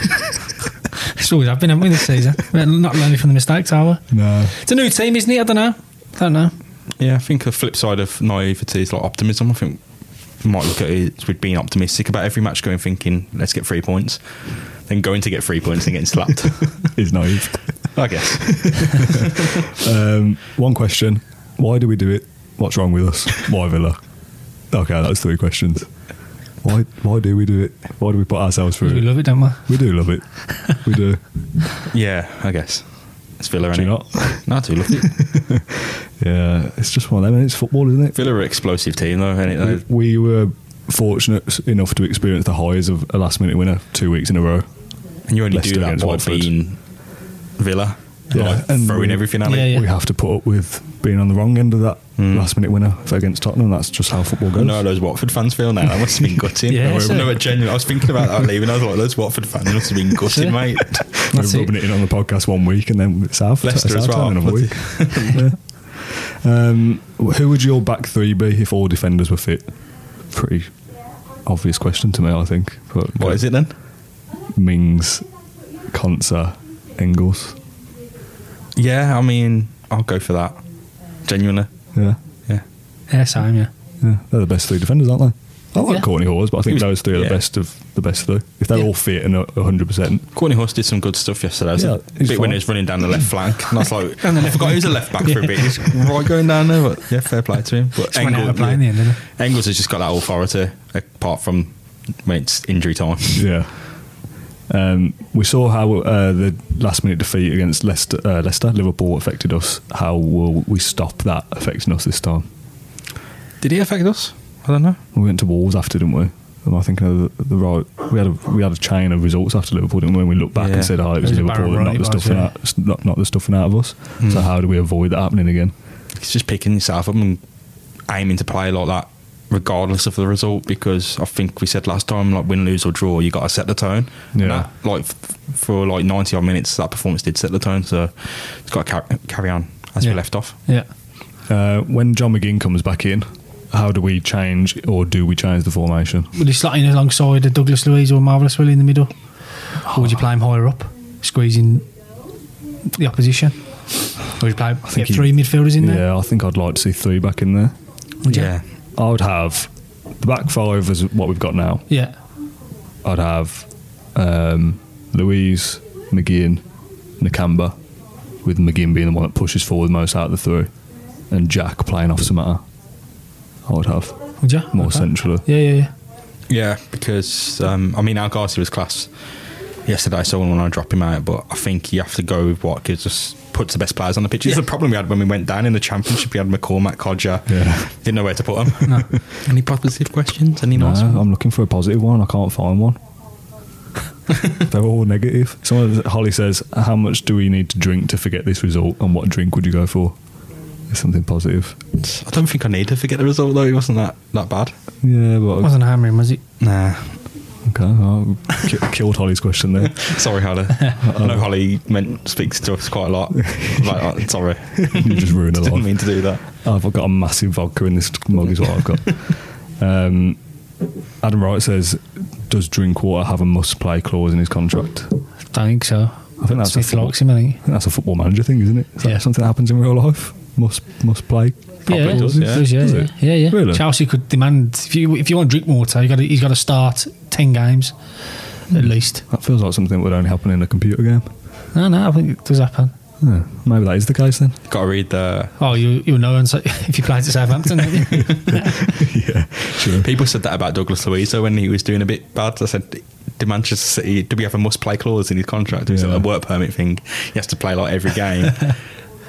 [SPEAKER 3] It's always I've been, haven't we, this season? We're not learning from the mistakes, are we?
[SPEAKER 2] No,
[SPEAKER 3] It's a new team, isn't it? I don't know. I don't know.
[SPEAKER 4] Yeah, I think the flip side of naivety is like optimism. I think we might look at it with being optimistic about every match, going thinking, let's get three points, then going to get three points and getting slapped.
[SPEAKER 2] is naive.
[SPEAKER 4] [laughs] I guess.
[SPEAKER 2] Um, one question: Why do we do it? What's wrong with us? Why Villa? Okay, that's three questions. Why? Why do we do it? Why do we put ourselves through?
[SPEAKER 3] We
[SPEAKER 2] it?
[SPEAKER 3] love it, don't we?
[SPEAKER 2] We do love
[SPEAKER 3] [laughs]
[SPEAKER 2] it. We do.
[SPEAKER 4] Yeah, I guess. It's Villa,
[SPEAKER 2] Do you
[SPEAKER 4] innit? No, I do love it.
[SPEAKER 2] Yeah, it's just one of them. and It's football, isn't it?
[SPEAKER 4] Villa are an explosive team, though, is
[SPEAKER 2] We- We were fortunate enough to experience the highs of a last-minute winner two weeks in a row.
[SPEAKER 4] And you only
[SPEAKER 2] Leicester
[SPEAKER 4] do that
[SPEAKER 2] against
[SPEAKER 4] by
[SPEAKER 2] Watford.
[SPEAKER 4] being Villa,
[SPEAKER 2] Yeah,
[SPEAKER 4] like
[SPEAKER 2] and
[SPEAKER 4] throwing
[SPEAKER 2] we-
[SPEAKER 4] everything at
[SPEAKER 3] Yeah,
[SPEAKER 4] it.
[SPEAKER 3] yeah.
[SPEAKER 2] We have to put up with being on the wrong end of that
[SPEAKER 4] Hmm.
[SPEAKER 2] last-minute winner against Tottenham. That's just how football
[SPEAKER 4] I
[SPEAKER 2] goes.
[SPEAKER 4] know how those Watford fans feel now. That must [laughs] have been gutting.
[SPEAKER 3] Yeah,
[SPEAKER 4] I
[SPEAKER 3] so-
[SPEAKER 4] no, genuinely, I was thinking about that leaving. I was like, those Watford fans must have
[SPEAKER 3] [laughs]
[SPEAKER 4] been gutting, mate.
[SPEAKER 2] We're
[SPEAKER 3] That's it.
[SPEAKER 2] rubbing it. in on the podcast one week and then South
[SPEAKER 4] Leicester as well.
[SPEAKER 2] Another week. [laughs] Yeah. um, who would your back three be if all defenders were fit? Pretty obvious question to me, I think. But
[SPEAKER 4] what is it then?
[SPEAKER 2] Mings, Conser, Engels.
[SPEAKER 4] Yeah, I mean, I'll go for that. Genuinely.
[SPEAKER 2] Yeah,
[SPEAKER 4] Yeah.
[SPEAKER 3] Yeah, same, yeah.
[SPEAKER 2] yeah, they're the best three defenders, aren't they? I like
[SPEAKER 3] Yeah.
[SPEAKER 2] Courtney Hawes, but I think
[SPEAKER 4] He was-
[SPEAKER 2] those three are
[SPEAKER 4] yeah.
[SPEAKER 2] the best of the best three. If they're
[SPEAKER 3] Yeah.
[SPEAKER 2] all fit and hundred percent,
[SPEAKER 4] Courtney Horse did some good stuff yesterday.
[SPEAKER 2] Yeah,
[SPEAKER 4] Yeah,
[SPEAKER 2] he's
[SPEAKER 4] bit when
[SPEAKER 2] fine.
[SPEAKER 4] he was running down the left flank. And I was like, I forgot he was a left back for a bit. He's right going down there, but yeah, fair play to him. But
[SPEAKER 3] Just went out of play in the end, didn't he?
[SPEAKER 4] Engels has just got that authority, apart from when it's injury time.
[SPEAKER 2] Yeah. Um, we saw how uh, the last minute defeat against Leicester, uh, Leicester, Liverpool affected us. How will we stop that affecting us this time?
[SPEAKER 4] Did he affect us? I don't know.
[SPEAKER 2] We went to Wolves after, didn't we? Am I thinking of the, the right? We had a we had a chain of results after Liverpool, didn't we? And we looked back
[SPEAKER 4] Yeah.
[SPEAKER 2] and said, "Oh, it was,
[SPEAKER 3] It was a
[SPEAKER 2] Liverpool,
[SPEAKER 3] barren
[SPEAKER 2] and
[SPEAKER 3] run
[SPEAKER 2] not
[SPEAKER 3] it
[SPEAKER 2] the
[SPEAKER 3] was,
[SPEAKER 2] stuffing
[SPEAKER 3] yeah.
[SPEAKER 2] out, not not the stuffing out of us." So how do we avoid that happening again?
[SPEAKER 4] It's just picking yourself up and aiming to play like that, regardless of the result. Because I think we said last time, like win, lose or draw, you got to set the tone. And
[SPEAKER 2] Yeah.
[SPEAKER 4] that, like f- for like ninety odd minutes, that performance did set the tone. So it's got to car- carry on as
[SPEAKER 3] Yeah.
[SPEAKER 4] we left off.
[SPEAKER 3] Yeah.
[SPEAKER 2] Uh, when John McGinn comes back in, how do we change or do we change the formation?
[SPEAKER 3] Would you slot in alongside a Douglas Louise or Marvellous Willie in the middle? Or would you play him higher up, squeezing the opposition? Or would you play get
[SPEAKER 2] he-
[SPEAKER 3] three midfielders in there?
[SPEAKER 2] Yeah, I think I'd like to see three back in there.
[SPEAKER 3] Would you?
[SPEAKER 4] yeah.
[SPEAKER 2] I would have the back five is what we've got now.
[SPEAKER 3] Yeah.
[SPEAKER 2] I'd have um, Louise, McGinn, Nakamba, with McGinn being the one that pushes forward most out of the three, and Jack playing off Samata. I would have
[SPEAKER 3] Would you?
[SPEAKER 2] more
[SPEAKER 3] Okay.
[SPEAKER 2] centrally.
[SPEAKER 3] Yeah, yeah, yeah.
[SPEAKER 4] Yeah, because um, I mean, Al Garcia was class yesterday, so I wouldn't want to drop him out. But I think you have to go with what gives us puts the best players on the pitch. It's
[SPEAKER 3] Yeah.
[SPEAKER 4] the problem we had when we went down in the championship. We had McCormack, Codger,
[SPEAKER 2] Yeah.
[SPEAKER 4] didn't know where to put him. [laughs] Any positive questions? Any
[SPEAKER 2] No,
[SPEAKER 4] nice?
[SPEAKER 2] I'm looking for a positive one. I can't find one. They're all negative. Someone Holly says, "How much do we need to drink to forget this result? And what drink would you go for?" It's something positive.
[SPEAKER 4] I don't think I need to forget the result though. It wasn't that that bad.
[SPEAKER 2] Yeah,
[SPEAKER 3] It
[SPEAKER 2] but
[SPEAKER 3] wasn't hammering, was it?
[SPEAKER 4] Nah,
[SPEAKER 2] Okay, well, ki- killed Holly's question there. [laughs]
[SPEAKER 4] Sorry, Holly. I know Holly meant speaks to us quite a lot. Like, uh, sorry,
[SPEAKER 2] You just [laughs] ruined a
[SPEAKER 4] [laughs] didn't
[SPEAKER 2] lot.
[SPEAKER 4] mean to do that.
[SPEAKER 2] I've got a massive vodka in this mug, is what I've got. Um, Adam Wright says, "Does Drinkwater have a must-play clause in his contract?"
[SPEAKER 3] Don't think so.
[SPEAKER 2] I think that's a
[SPEAKER 3] Smith
[SPEAKER 2] football-
[SPEAKER 3] likes him, I think.
[SPEAKER 2] I think that's a football manager thing, isn't it? Is that
[SPEAKER 3] Yeah.
[SPEAKER 2] something that happens in real life? Must must play.
[SPEAKER 3] yeah,
[SPEAKER 4] does,
[SPEAKER 3] it
[SPEAKER 4] yeah.
[SPEAKER 3] does, yeah,
[SPEAKER 2] Does
[SPEAKER 3] yeah.
[SPEAKER 2] it?
[SPEAKER 3] yeah, yeah.
[SPEAKER 2] Really?
[SPEAKER 3] Chelsea could demand if you if you want drink water, you got he's got to start ten games
[SPEAKER 2] Hmm.
[SPEAKER 3] at least.
[SPEAKER 2] That feels like something that would only happen in a computer game.
[SPEAKER 3] No, no, I think it does happen.
[SPEAKER 2] Yeah, maybe that is the case then.
[SPEAKER 4] Got to read the.
[SPEAKER 3] Oh, you you know, and so, [laughs] if you played at Southampton, don't
[SPEAKER 2] [laughs]
[SPEAKER 3] you?
[SPEAKER 2] [laughs] yeah, sure.
[SPEAKER 4] People said that about Douglas Luiz though, when he was doing a bit bad. I said, "Did Manchester City? Do we have a must-play clause in his contract? Is it
[SPEAKER 2] Yeah.
[SPEAKER 4] a work permit thing? He has to play like
[SPEAKER 2] [laughs]
[SPEAKER 4] every game."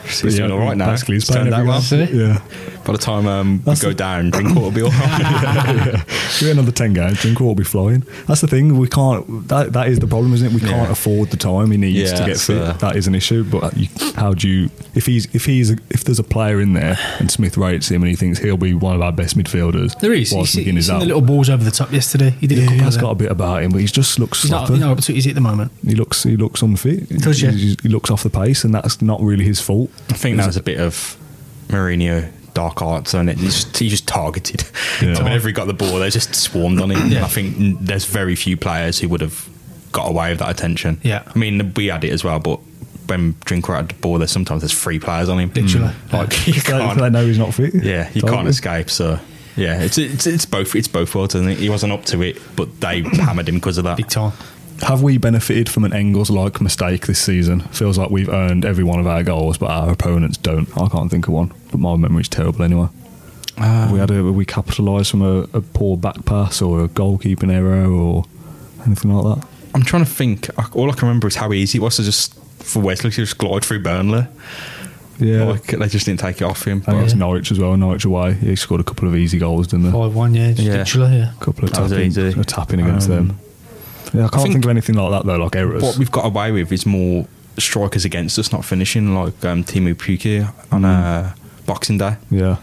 [SPEAKER 4] So He's doing all right now.
[SPEAKER 2] Basically, he's
[SPEAKER 4] He's
[SPEAKER 2] playing
[SPEAKER 4] turned out
[SPEAKER 2] every
[SPEAKER 4] well.
[SPEAKER 2] game. Yeah,
[SPEAKER 4] By the time um, we
[SPEAKER 2] That's
[SPEAKER 4] go
[SPEAKER 2] the-
[SPEAKER 4] down, Drinkwater will be
[SPEAKER 2] [laughs]
[SPEAKER 4] all right.
[SPEAKER 2] Give it another ten games. Drinkwater will be flying. That's the thing. We can't. That that is the problem, isn't it? We
[SPEAKER 4] Yeah.
[SPEAKER 2] can't afford the time he needs
[SPEAKER 4] Yeah,
[SPEAKER 2] to get
[SPEAKER 4] that's,
[SPEAKER 2] fit.
[SPEAKER 4] uh,
[SPEAKER 2] that is an issue. But you, how do you? If he's if he's if there's a player in there and Smith rates him and he thinks he'll be one of our best midfielders,
[SPEAKER 3] there is. You
[SPEAKER 2] whilst
[SPEAKER 3] see,
[SPEAKER 2] McGinn
[SPEAKER 3] you
[SPEAKER 2] is
[SPEAKER 3] seen
[SPEAKER 2] out.
[SPEAKER 3] the little balls over the top yesterday. He did a
[SPEAKER 2] Yeah,
[SPEAKER 3] couple
[SPEAKER 2] he's
[SPEAKER 3] of
[SPEAKER 2] got a
[SPEAKER 3] them.
[SPEAKER 2] bit about him, but he just looks
[SPEAKER 3] He's not,
[SPEAKER 2] slapper.
[SPEAKER 3] you know, up to is at the moment.
[SPEAKER 2] He looks he looks unfit.
[SPEAKER 3] Does ya?
[SPEAKER 2] He, he looks off the pace, and that's not really his fault.
[SPEAKER 4] I think that was a bit of Mourinho dark arts, and it He's just, he's just targeted.
[SPEAKER 2] Yeah.
[SPEAKER 4] So [laughs] whenever he got the ball, they just swarmed on him. I think n- there's very few players who would have got away with that attention.
[SPEAKER 3] Yeah.
[SPEAKER 4] I mean we had it as well, but when Drinkwater had the ball, there's sometimes there's three players on him. Mm.
[SPEAKER 3] Literally.
[SPEAKER 4] like [laughs] you
[SPEAKER 2] They, they
[SPEAKER 4] [laughs] can't.
[SPEAKER 2] know he's not fit.
[SPEAKER 4] Yeah, you
[SPEAKER 2] Totally.
[SPEAKER 4] can't escape. So. Yeah, it's, it's it's both it's both worlds, and he wasn't up to it, but they hammered him because of that.
[SPEAKER 3] Big time.
[SPEAKER 2] Have we benefited from an Engels-like mistake this season? Feels like we've earned every one of our goals, but our opponents don't. I can't think of one, but my memory's terrible anyway. we
[SPEAKER 4] Um,
[SPEAKER 2] had a, we capitalised from a, a poor back pass or a goalkeeping error or anything like that.
[SPEAKER 4] I'm trying to think. I- All I can remember is how easy it was to just for Wesley to just glide through Burnley.
[SPEAKER 2] Yeah, Oh,
[SPEAKER 4] Like, they just didn't take it off him.
[SPEAKER 2] and
[SPEAKER 4] but-
[SPEAKER 2] it's Norwich as well. Norwich away, he scored a couple of easy goals, didn't he?
[SPEAKER 3] Five one, yeah, just
[SPEAKER 4] Yeah.
[SPEAKER 3] literally, yeah.
[SPEAKER 2] A couple of
[SPEAKER 4] That was
[SPEAKER 2] tapping,
[SPEAKER 4] easy.
[SPEAKER 2] a tapping against them. Yeah, Um, I can't think,
[SPEAKER 4] think-
[SPEAKER 2] of anything like that though, like errors.
[SPEAKER 4] What we've got away with is more strikers against us not finishing, like um, Timu Puki on uh, Boxing Day.
[SPEAKER 2] yeah.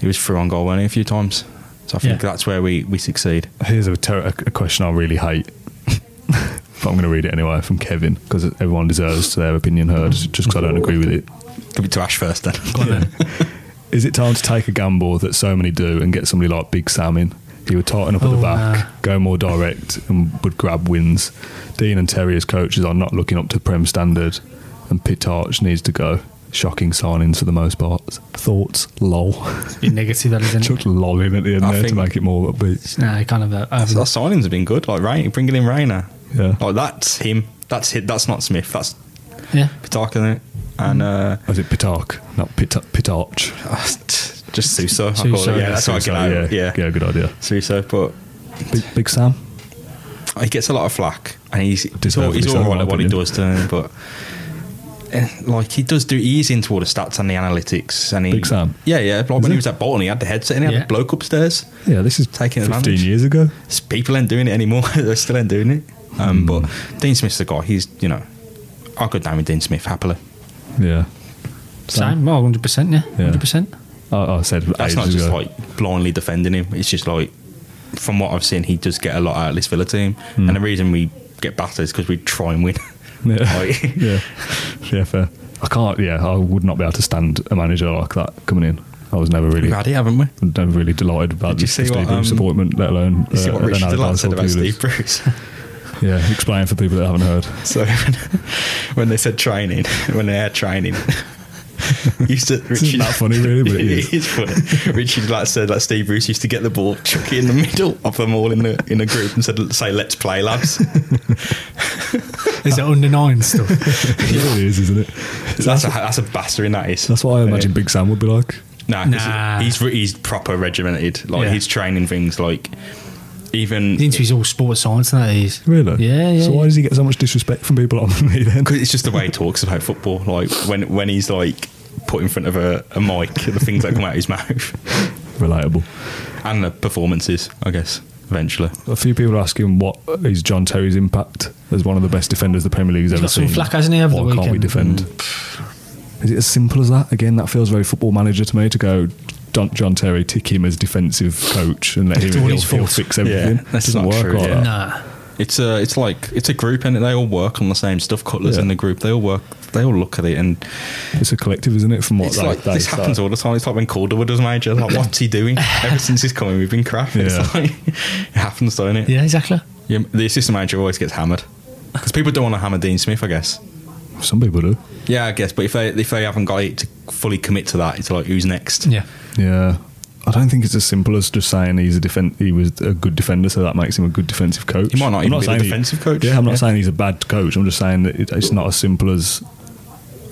[SPEAKER 4] He was through on goal, weren't he, a few times? So I think
[SPEAKER 3] Yeah.
[SPEAKER 4] that's where we, we succeed.
[SPEAKER 2] Here's a, ter- a a question I really hate, [laughs] but I'm going to read it anyway from Kevin because everyone deserves their opinion heard just because I don't agree with it.
[SPEAKER 4] Give it to Ash first then.
[SPEAKER 2] Is it time to take a gamble that so many do and get somebody like Big Sam in? He would tighten up at
[SPEAKER 3] Oh,
[SPEAKER 2] the back,
[SPEAKER 3] nah.
[SPEAKER 2] go more direct, and would grab wins. Dean and Terry as coaches are not looking up to Prem standard, and Pitarch needs to go. Shocking signings for the most part. Thoughts? Lol. [laughs]
[SPEAKER 3] It's a bit negative, that isn't it?
[SPEAKER 2] Chuck lol in at the end
[SPEAKER 4] I
[SPEAKER 2] there to
[SPEAKER 4] think-
[SPEAKER 2] make it more upbeat.
[SPEAKER 3] Nah, you can't have that. I haven't-
[SPEAKER 4] [laughs] Our signings have been good, like Rain, bringing in Rainer.
[SPEAKER 2] Yeah.
[SPEAKER 4] Like, that's him. That's him. That's not Smith. That's
[SPEAKER 3] yeah,
[SPEAKER 4] Pitaka, isn't it? And uh, [sighs]
[SPEAKER 2] Was it Pitarch? Not Pita- Pitarch.
[SPEAKER 4] just Suso. I call it.
[SPEAKER 3] Suso,
[SPEAKER 4] Yeah, that's what I
[SPEAKER 2] So,
[SPEAKER 4] get out of it,
[SPEAKER 2] yeah,
[SPEAKER 4] Yeah.
[SPEAKER 2] good idea.
[SPEAKER 4] Suso, but
[SPEAKER 2] Big, Big Sam.
[SPEAKER 4] he gets a lot of flack, and he's he's all,
[SPEAKER 2] Deservedly
[SPEAKER 4] he's
[SPEAKER 2] so,
[SPEAKER 4] all
[SPEAKER 2] in
[SPEAKER 4] right
[SPEAKER 2] my
[SPEAKER 4] at what he
[SPEAKER 2] opinion.
[SPEAKER 4] does to him, but eh, like he does do, he is into all the stats and the analytics, and he
[SPEAKER 2] Big Sam?
[SPEAKER 4] yeah, yeah. Like
[SPEAKER 2] Is
[SPEAKER 4] when
[SPEAKER 2] he?
[SPEAKER 4] he was at Bolton, he had the headset, and he
[SPEAKER 3] Yeah.
[SPEAKER 4] had a bloke upstairs.
[SPEAKER 2] Yeah, this is 15
[SPEAKER 4] Taking advantage.
[SPEAKER 2] years ago.
[SPEAKER 4] S- People ain't doing it anymore; [laughs] they still ain't doing it.
[SPEAKER 2] Hmm.
[SPEAKER 4] Um, But Dean Smith's the guy. He's you know, I could name him Dean Smith happily.
[SPEAKER 2] Yeah.
[SPEAKER 3] same. Well, hundred percent, yeah,
[SPEAKER 2] Yeah.
[SPEAKER 3] hundred percent.
[SPEAKER 2] I, I said ages
[SPEAKER 4] That's not just
[SPEAKER 2] ago.
[SPEAKER 4] like blindly defending him. It's just like from what I've seen, he does get a lot out of this Villa team, and the reason we get battered is because we try and win.
[SPEAKER 2] Hmm.
[SPEAKER 4] [laughs]
[SPEAKER 2] Yeah. [laughs]
[SPEAKER 4] Like-
[SPEAKER 2] yeah. Yeah, fair. I can't, yeah, I would not be able to stand a manager like that coming in. I was never really,
[SPEAKER 4] We've had it, haven't we?
[SPEAKER 2] never really delighted about
[SPEAKER 4] Did you
[SPEAKER 2] the
[SPEAKER 4] see
[SPEAKER 2] Steve
[SPEAKER 4] what,
[SPEAKER 2] Bruce
[SPEAKER 4] um,
[SPEAKER 2] appointment, let alone.
[SPEAKER 4] You see what
[SPEAKER 2] uh,
[SPEAKER 4] Richard
[SPEAKER 2] an
[SPEAKER 4] Dillard said
[SPEAKER 2] advisor
[SPEAKER 4] about
[SPEAKER 2] to leaders.
[SPEAKER 4] Steve Bruce. [laughs]
[SPEAKER 2] Yeah, explain for people that haven't heard.
[SPEAKER 4] So [laughs] when, when they said training, when they
[SPEAKER 2] [laughs]
[SPEAKER 4] had training, used to Richard,
[SPEAKER 2] It's not funny, really, but it is.
[SPEAKER 4] [laughs] it is funny. Richard like said that Steve Bruce used to get the ball, chuck it in the middle of them all in the in a group, and said, "Say, let's play,
[SPEAKER 2] [laughs]
[SPEAKER 4] lads."
[SPEAKER 3] Is that under nine stuff?
[SPEAKER 2] It really is, isn't it?
[SPEAKER 4] That's a that's a bastard. That is.
[SPEAKER 2] That's what I imagine Big Sam would be like.
[SPEAKER 4] Nah, 'cause
[SPEAKER 3] Nah.
[SPEAKER 4] he's re- he's proper regimented. Like
[SPEAKER 3] Yeah.
[SPEAKER 4] he's training things like even.
[SPEAKER 3] The interview's all sports science, and that is
[SPEAKER 2] Really?
[SPEAKER 3] Yeah, yeah.
[SPEAKER 2] So
[SPEAKER 3] yeah.
[SPEAKER 2] why does he get so much disrespect from people like [laughs] me then?
[SPEAKER 4] [laughs] Cause it's just the way he talks about football. Like when when he's like put in front of a, a mic, the things that come out of his mouth.
[SPEAKER 2] Relatable.
[SPEAKER 4] and the performances, I guess, eventually.
[SPEAKER 2] A few people are asking what is John Terry's impact as one of the best defenders the Premier League's ever
[SPEAKER 3] got some
[SPEAKER 2] seen.
[SPEAKER 3] flack, hasn't he, over the
[SPEAKER 2] Why can't we
[SPEAKER 3] weekend? Mm.
[SPEAKER 2] defend? Is it as simple as that? Again, that feels very football manager to me to go. Don't John Terry tick him as defensive coach and let him
[SPEAKER 3] all
[SPEAKER 2] he'll,
[SPEAKER 3] his
[SPEAKER 2] he'll
[SPEAKER 3] fault.
[SPEAKER 2] fix everything.
[SPEAKER 4] that's
[SPEAKER 2] doesn't
[SPEAKER 4] not
[SPEAKER 2] work
[SPEAKER 4] true,
[SPEAKER 2] like
[SPEAKER 4] yeah.
[SPEAKER 2] that.
[SPEAKER 3] Nah,
[SPEAKER 4] It's a, it's like it's a group, and they all work on the same stuff. Cutlers
[SPEAKER 2] Yeah.
[SPEAKER 4] in the group, they all work, they all look at it, and
[SPEAKER 2] It's a collective, isn't it? From what
[SPEAKER 4] it's
[SPEAKER 2] they,
[SPEAKER 4] like
[SPEAKER 2] they
[SPEAKER 4] this
[SPEAKER 2] say.
[SPEAKER 4] happens all the time. It's like when Calderwood does
[SPEAKER 2] [laughs]
[SPEAKER 4] major, like what's he doing? Ever since he's coming, we've been crap. It's
[SPEAKER 2] Yeah.
[SPEAKER 4] [laughs] like it happens, doesn't it?
[SPEAKER 3] Yeah, exactly.
[SPEAKER 4] Yeah, the assistant manager always gets hammered because people don't want to hammer Dean Smith, I guess.
[SPEAKER 2] Some people do.
[SPEAKER 4] Yeah, I guess. But if they if they haven't got it to fully commit to that, it's like who's next?
[SPEAKER 3] Yeah.
[SPEAKER 2] Yeah. I don't think it's as simple as just saying he's a defen- he was a good defender, so that makes him a good defensive coach.
[SPEAKER 4] He might not
[SPEAKER 2] I'm
[SPEAKER 4] even be the
[SPEAKER 2] saying he-
[SPEAKER 4] defensive coach.
[SPEAKER 2] Yeah, I'm not
[SPEAKER 4] Yeah.
[SPEAKER 2] saying he's a bad coach. I'm just saying that it, it's not as simple as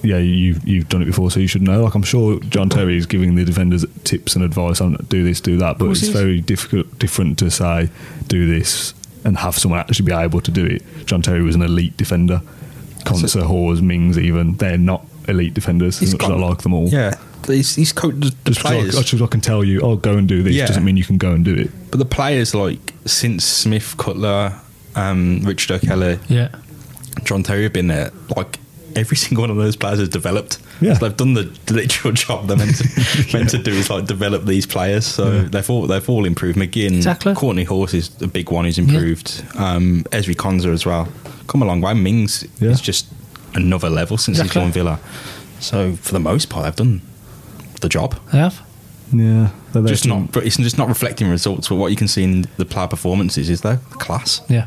[SPEAKER 2] yeah, you've you've done it before, so you should know. Like I'm sure John Terry is giving the defenders tips and advice on do this, do that, but
[SPEAKER 3] course
[SPEAKER 2] it's
[SPEAKER 3] he is.
[SPEAKER 2] very difficult, different to say do this and have someone actually be able to do it. John Terry was an elite defender. Concert, Hawes, Mings, even they're not elite defenders.
[SPEAKER 4] He's
[SPEAKER 2] As much as I
[SPEAKER 4] got-
[SPEAKER 2] like them all.
[SPEAKER 4] Yeah, he's, he's coached the, the
[SPEAKER 2] Just because I-
[SPEAKER 4] players.
[SPEAKER 2] just because I can tell you, oh, go and do this
[SPEAKER 4] Yeah.
[SPEAKER 2] doesn't mean you can go and do it.
[SPEAKER 4] But the players like since Smith, Cutler, um, Richard O'Kelly,
[SPEAKER 3] Yeah.
[SPEAKER 4] John Terry have been there. Like every [laughs] single one of those players has developed.
[SPEAKER 2] Yeah.
[SPEAKER 4] So they've done the [laughs] literal job
[SPEAKER 2] [laughs]
[SPEAKER 4] they're meant to, meant to do is like develop these players. So they've all they've all improved. McGinn,
[SPEAKER 3] Exactly.
[SPEAKER 4] Courtney Horse is a big one who's improved. Um, Esri Konza as well. Come a long way. Mings
[SPEAKER 2] Yeah.
[SPEAKER 4] is just another level since
[SPEAKER 3] Exactly.
[SPEAKER 4] he's gone Villa. So for the most part, they've done the job.
[SPEAKER 3] I have.
[SPEAKER 2] Yeah, they're there
[SPEAKER 4] Just
[SPEAKER 2] to-
[SPEAKER 4] not, but it's just not reflecting results. But what you can see in the player performances is their class.
[SPEAKER 3] Yeah.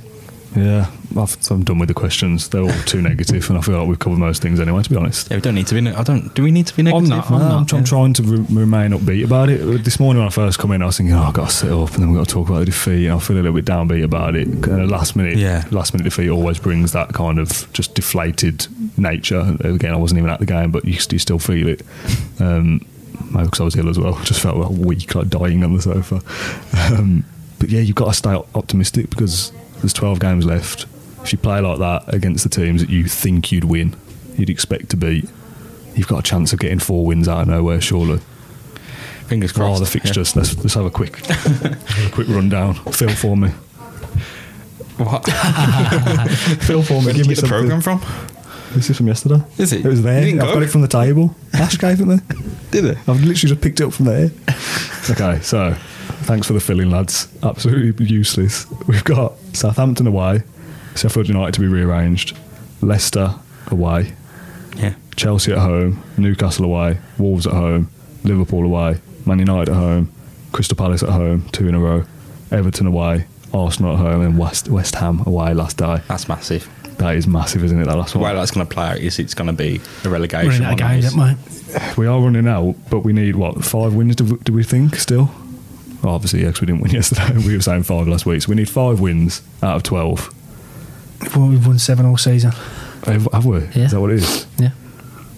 [SPEAKER 2] Yeah, I've, I'm done with the questions. They're all too [laughs] negative, and I feel like we've covered most things anyway. To be honest,
[SPEAKER 4] Yeah, we don't need to be. ne- I don't. Do we need to be negative?
[SPEAKER 3] not-
[SPEAKER 2] No,
[SPEAKER 3] I'm
[SPEAKER 2] I'm, tr- I'm
[SPEAKER 3] yeah.
[SPEAKER 2] trying to re- remain upbeat about it. This morning when I first come in, I was thinking, "Oh, I've got to sit up," and then we've got to talk about the defeat. And I feel a little bit downbeat about it. And a last minute,
[SPEAKER 4] Yeah.
[SPEAKER 2] last minute defeat always brings that kind of just deflated nature. Again, I wasn't even at the game, but you, st- you still feel it. Um, maybe because I was ill as well, [laughs] just felt like weak, like dying on the sofa. Um, but yeah, you've got to stay optimistic because there's 12 games left. If you play like that against the teams that you think you'd win, you'd expect to beat, you've got a chance of getting four wins out of nowhere, surely.
[SPEAKER 4] Fingers
[SPEAKER 2] Oh,
[SPEAKER 4] crossed.
[SPEAKER 2] the fixtures. Let's, let's have a [laughs] quick, have a quick rundown. Phil for me.
[SPEAKER 4] Yeah. [laughs] What?
[SPEAKER 2] Phil for
[SPEAKER 4] Where
[SPEAKER 2] me.
[SPEAKER 4] did
[SPEAKER 2] Give
[SPEAKER 4] you
[SPEAKER 2] me
[SPEAKER 4] get the
[SPEAKER 2] something.
[SPEAKER 4] program from?
[SPEAKER 2] This is from yesterday.
[SPEAKER 4] Is it?
[SPEAKER 2] It was there.
[SPEAKER 4] You didn't
[SPEAKER 2] I've
[SPEAKER 4] go?
[SPEAKER 2] got it from the table. Ash gave it me.
[SPEAKER 4] Did it?
[SPEAKER 2] I've literally just picked it up from there. okay, so thanks for the filling, lads. Absolutely useless. We've got Southampton away, Sheffield United to be rearranged, Leicester away,
[SPEAKER 4] Yeah.
[SPEAKER 2] Chelsea at home, Newcastle away, Wolves at home, Liverpool away, Man United at home, Crystal Palace at home, two in a row, Everton away, Arsenal at home, and West West Ham away last day.
[SPEAKER 4] That's massive.
[SPEAKER 2] That is massive, isn't it? That last
[SPEAKER 4] The
[SPEAKER 2] one.
[SPEAKER 4] way that's going to play out is it's going to be a relegation.
[SPEAKER 3] Running out of
[SPEAKER 4] one
[SPEAKER 3] games,
[SPEAKER 4] is-
[SPEAKER 3] isn't it,
[SPEAKER 2] We are running out, but we need what five wins? Do, do we think still? Well, obviously, yeah, 'cause we didn't win [laughs] yesterday. We were saying five last week, so we need five wins out of twelve.
[SPEAKER 3] mate? Well, we've won seven all season.
[SPEAKER 2] Have, have we?
[SPEAKER 3] Yeah.
[SPEAKER 2] Is that what it is?
[SPEAKER 3] Yeah.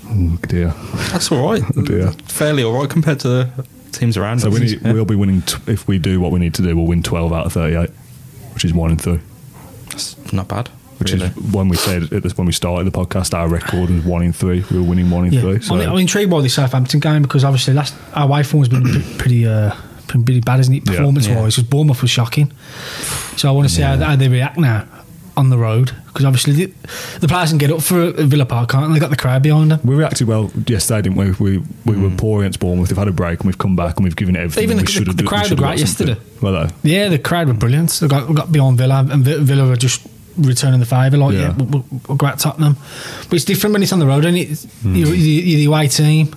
[SPEAKER 2] Oh, dear.
[SPEAKER 4] That's all right.
[SPEAKER 2] [laughs] dear.
[SPEAKER 4] Fairly all right compared to the teams around
[SPEAKER 2] So
[SPEAKER 4] us.
[SPEAKER 2] we need,
[SPEAKER 4] Yeah.
[SPEAKER 2] we'll be winning t- if we do what we need to do. We'll win twelve out of thirty-eight, which is one in three.
[SPEAKER 4] That's not bad.
[SPEAKER 2] Which
[SPEAKER 4] really.
[SPEAKER 2] is when we said at this when we started the podcast, our record was one in three. We were winning one in
[SPEAKER 3] Yeah.
[SPEAKER 2] three.
[SPEAKER 3] I'm, I'm
[SPEAKER 2] So
[SPEAKER 3] intrigued by this Southampton game because obviously last our away form's been pre- pretty [clears throat] uh, been pretty bad, isn't it?
[SPEAKER 2] Yeah.
[SPEAKER 3] Performance
[SPEAKER 4] Yeah.
[SPEAKER 3] wise, because Bournemouth was shocking. So I want to see how, how they react now on the road because obviously the, the players can get up for uh, Villa Park, can't they? They got the crowd behind them.
[SPEAKER 2] we reacted well yesterday, didn't we? We we were poor against Bournemouth. We've had a break and we've come back and we've given it everything.
[SPEAKER 3] Mm. Even
[SPEAKER 2] we
[SPEAKER 3] the-
[SPEAKER 2] should have
[SPEAKER 3] the
[SPEAKER 2] done- we
[SPEAKER 3] crowd
[SPEAKER 2] should
[SPEAKER 3] were
[SPEAKER 2] have
[SPEAKER 3] great
[SPEAKER 2] got something.
[SPEAKER 3] yesterday.
[SPEAKER 2] Well, though,
[SPEAKER 3] Yeah, the crowd were brilliant. They got, got beyond Villa, and Vi- Villa are just returning the favour. Like,
[SPEAKER 2] Yeah.
[SPEAKER 3] yeah, we'll, we'll, we'll go at Tottenham. But it's different when it's on the road, and it?
[SPEAKER 4] Hmm.
[SPEAKER 3] You're, you're you're the away team.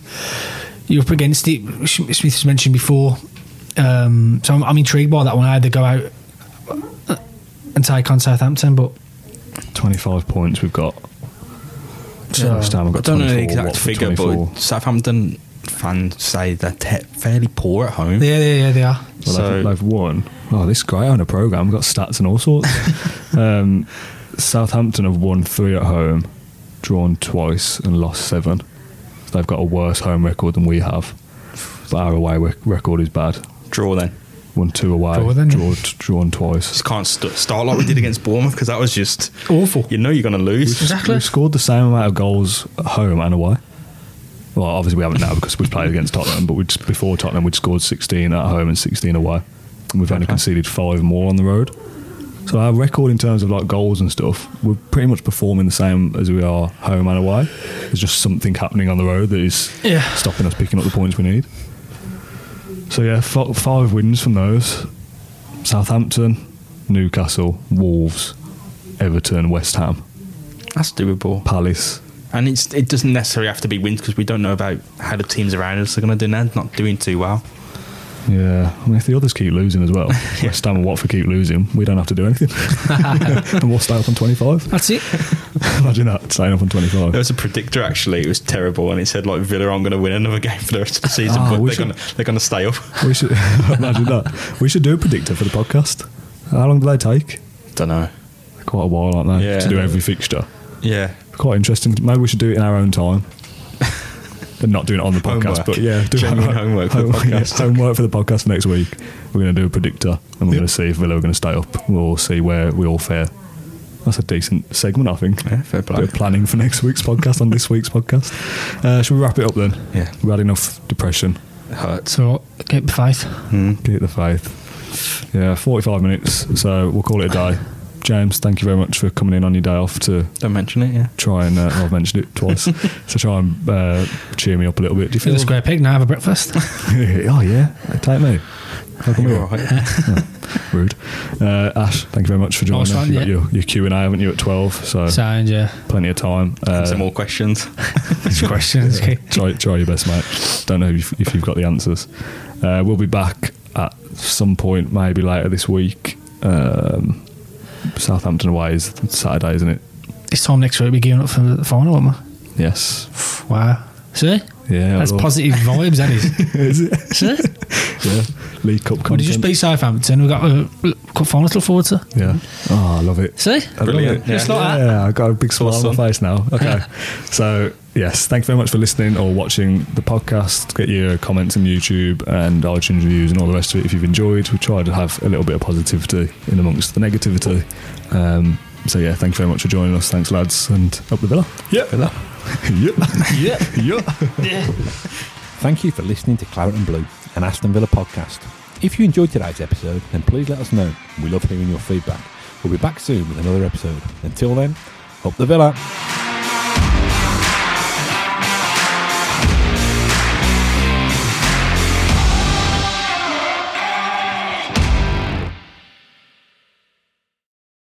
[SPEAKER 3] You're up against it. Sh- Smith's mentioned before, um, so I'm, I'm intrigued by that one. I had to go out uh, and take on Southampton, but
[SPEAKER 2] 25 points we've got. So West Ham have
[SPEAKER 4] I
[SPEAKER 2] got
[SPEAKER 4] don't know the
[SPEAKER 2] 24,
[SPEAKER 4] exact
[SPEAKER 2] Watford
[SPEAKER 4] figure,
[SPEAKER 2] 24.
[SPEAKER 4] but Southampton fans say they're te- fairly poor at home.
[SPEAKER 3] yeah, yeah, yeah, they are.
[SPEAKER 2] Well,
[SPEAKER 4] so-
[SPEAKER 2] they've, they've won. Oh, this is great on a programme. We've got stats and all sorts.
[SPEAKER 4] [laughs]
[SPEAKER 2] um, Southampton have won three at home, drawn twice, and lost seven. So they've got a worse home record than we have. But our away rec- record is bad.
[SPEAKER 4] Draw then.
[SPEAKER 2] Won two away,
[SPEAKER 3] Draw then, yeah.
[SPEAKER 2] draw, drawn twice.
[SPEAKER 4] Just can't st- start like we did against Bournemouth because that was just
[SPEAKER 3] Awful.
[SPEAKER 4] You know you're going to lose.
[SPEAKER 3] Exactly.
[SPEAKER 2] We've scored the same amount of goals at home and away. Well, obviously we haven't now because we've played against Tottenham, but we just before Tottenham we'd scored 16 at home and 16 away, and we've only
[SPEAKER 4] Okay.
[SPEAKER 2] conceded five more on the road. So our record in terms of like goals and stuff, we're pretty much performing the same as we are home and away. There's just something happening on the road that is
[SPEAKER 3] Yeah.
[SPEAKER 2] stopping us picking up the points we need. So yeah, f- five wins from those: Southampton, Newcastle, Wolves, Everton, West Ham,
[SPEAKER 4] That's doable.
[SPEAKER 2] Palace.
[SPEAKER 4] And it's it doesn't necessarily have to be wins because we don't know about how the teams around us are going to do. Now not doing too well.
[SPEAKER 2] Yeah, I mean, if the others keep losing as well, West Ham and Watford keep losing, we don't have to do anything, [laughs] and we'll stay up on twenty-five.
[SPEAKER 3] That's it.
[SPEAKER 2] Imagine that staying up on twenty-five.
[SPEAKER 4] There was a predictor actually. It was terrible, and it said like Villa aren't going to win another game for the rest of the season,
[SPEAKER 2] Ah,
[SPEAKER 4] but
[SPEAKER 2] we
[SPEAKER 4] they're
[SPEAKER 2] should-
[SPEAKER 4] going to they're going to stay up.
[SPEAKER 2] We should [laughs] imagine that. We should do a predictor for the podcast. How long do they take?
[SPEAKER 4] Don't know.
[SPEAKER 2] Quite a while, aren't they?
[SPEAKER 4] Yeah.
[SPEAKER 2] To do every fixture.
[SPEAKER 4] Yeah,
[SPEAKER 2] Quite interesting. Maybe we should do it in our own
[SPEAKER 4] [laughs]
[SPEAKER 2] time. But not doing it on the podcast,
[SPEAKER 4] Homework.
[SPEAKER 2] but yeah, do
[SPEAKER 4] Genuine
[SPEAKER 2] our-
[SPEAKER 4] homework for
[SPEAKER 2] home-
[SPEAKER 4] the
[SPEAKER 2] [laughs] yeah,
[SPEAKER 4] podcast.
[SPEAKER 2] homework for the podcast for next week. We're going to do a predictor, and we're going to see if Villa are going to stay up. We'll see where we all fare. That's a decent segment, I think.
[SPEAKER 4] Yeah, fair play.
[SPEAKER 2] Bit of planning for next week's podcast on this week's podcast. Uh, should we wrap it up then?
[SPEAKER 4] Yeah.
[SPEAKER 2] we had enough depression.
[SPEAKER 4] it hurts.
[SPEAKER 3] So keep the faith.
[SPEAKER 2] Keep the faith. Yeah, 45 minutes, so we'll call it a day. James, thank you very much for coming in on your day off to
[SPEAKER 4] Don't mention it. Yeah.
[SPEAKER 2] try and, uh, well, I've mentioned it
[SPEAKER 3] [laughs]
[SPEAKER 2] twice, to try and uh, cheer me up a little bit. Do you
[SPEAKER 3] Feel
[SPEAKER 2] feel
[SPEAKER 3] the square peg now. Have a breakfast.
[SPEAKER 2] [laughs]
[SPEAKER 4] [laughs]
[SPEAKER 2] oh, yeah, take me. Fucking
[SPEAKER 4] You're
[SPEAKER 2] weird.
[SPEAKER 4] all right.
[SPEAKER 2] Rude. Uh, Ash, thank you very much for joining
[SPEAKER 3] Nice
[SPEAKER 2] us.
[SPEAKER 3] one,
[SPEAKER 2] you got
[SPEAKER 3] yeah.
[SPEAKER 2] your, your Q&A, haven't you, at 12, so
[SPEAKER 3] Sound yeah.
[SPEAKER 2] plenty of time.
[SPEAKER 4] Some
[SPEAKER 2] Uh,
[SPEAKER 4] more questions.
[SPEAKER 3] questions. Okay.
[SPEAKER 2] [laughs] try, try your best, mate. Don't know if, if you've got the answers. Uh, we'll be back at some point, maybe later this week. Um, Southampton away is Saturday, isn't it?
[SPEAKER 3] This time next week we're giving up for the final, aren't we?
[SPEAKER 2] Yes.
[SPEAKER 3] Wow. See?
[SPEAKER 2] Yeah.
[SPEAKER 3] That's
[SPEAKER 2] well,
[SPEAKER 3] positive vibes, that is.
[SPEAKER 2] [laughs] Is it?
[SPEAKER 3] [laughs] See?
[SPEAKER 2] Yeah. League Cup
[SPEAKER 3] Well,
[SPEAKER 2] content.
[SPEAKER 3] did you just beat Southampton? We've got a cup final to look forward to.
[SPEAKER 2] Yeah. Oh, I love it.
[SPEAKER 3] See?
[SPEAKER 2] I love
[SPEAKER 4] Brilliant.
[SPEAKER 2] it.
[SPEAKER 4] Yeah. Just like
[SPEAKER 2] yeah, I got a big smile on my
[SPEAKER 4] Awesome.
[SPEAKER 2] face now.
[SPEAKER 4] [laughs]
[SPEAKER 2] Okay. so, yes, thank you very much for listening or watching the podcast. Get your comments on YouTube and iTunes reviews and all the rest of it if you've enjoyed. We try to have a little bit of positivity in amongst the negativity. Um, so, yeah, thank you very much for joining us. Thanks, lads, and up the villa.
[SPEAKER 4] Yeah.
[SPEAKER 2] yep. Yep. yep.
[SPEAKER 1] Thank you for listening to Claret and Blue, an Aston Villa podcast. If you enjoyed today's episode, then please let us know. We love hearing your feedback. We'll be back soon with another episode. Until then, up the Villa.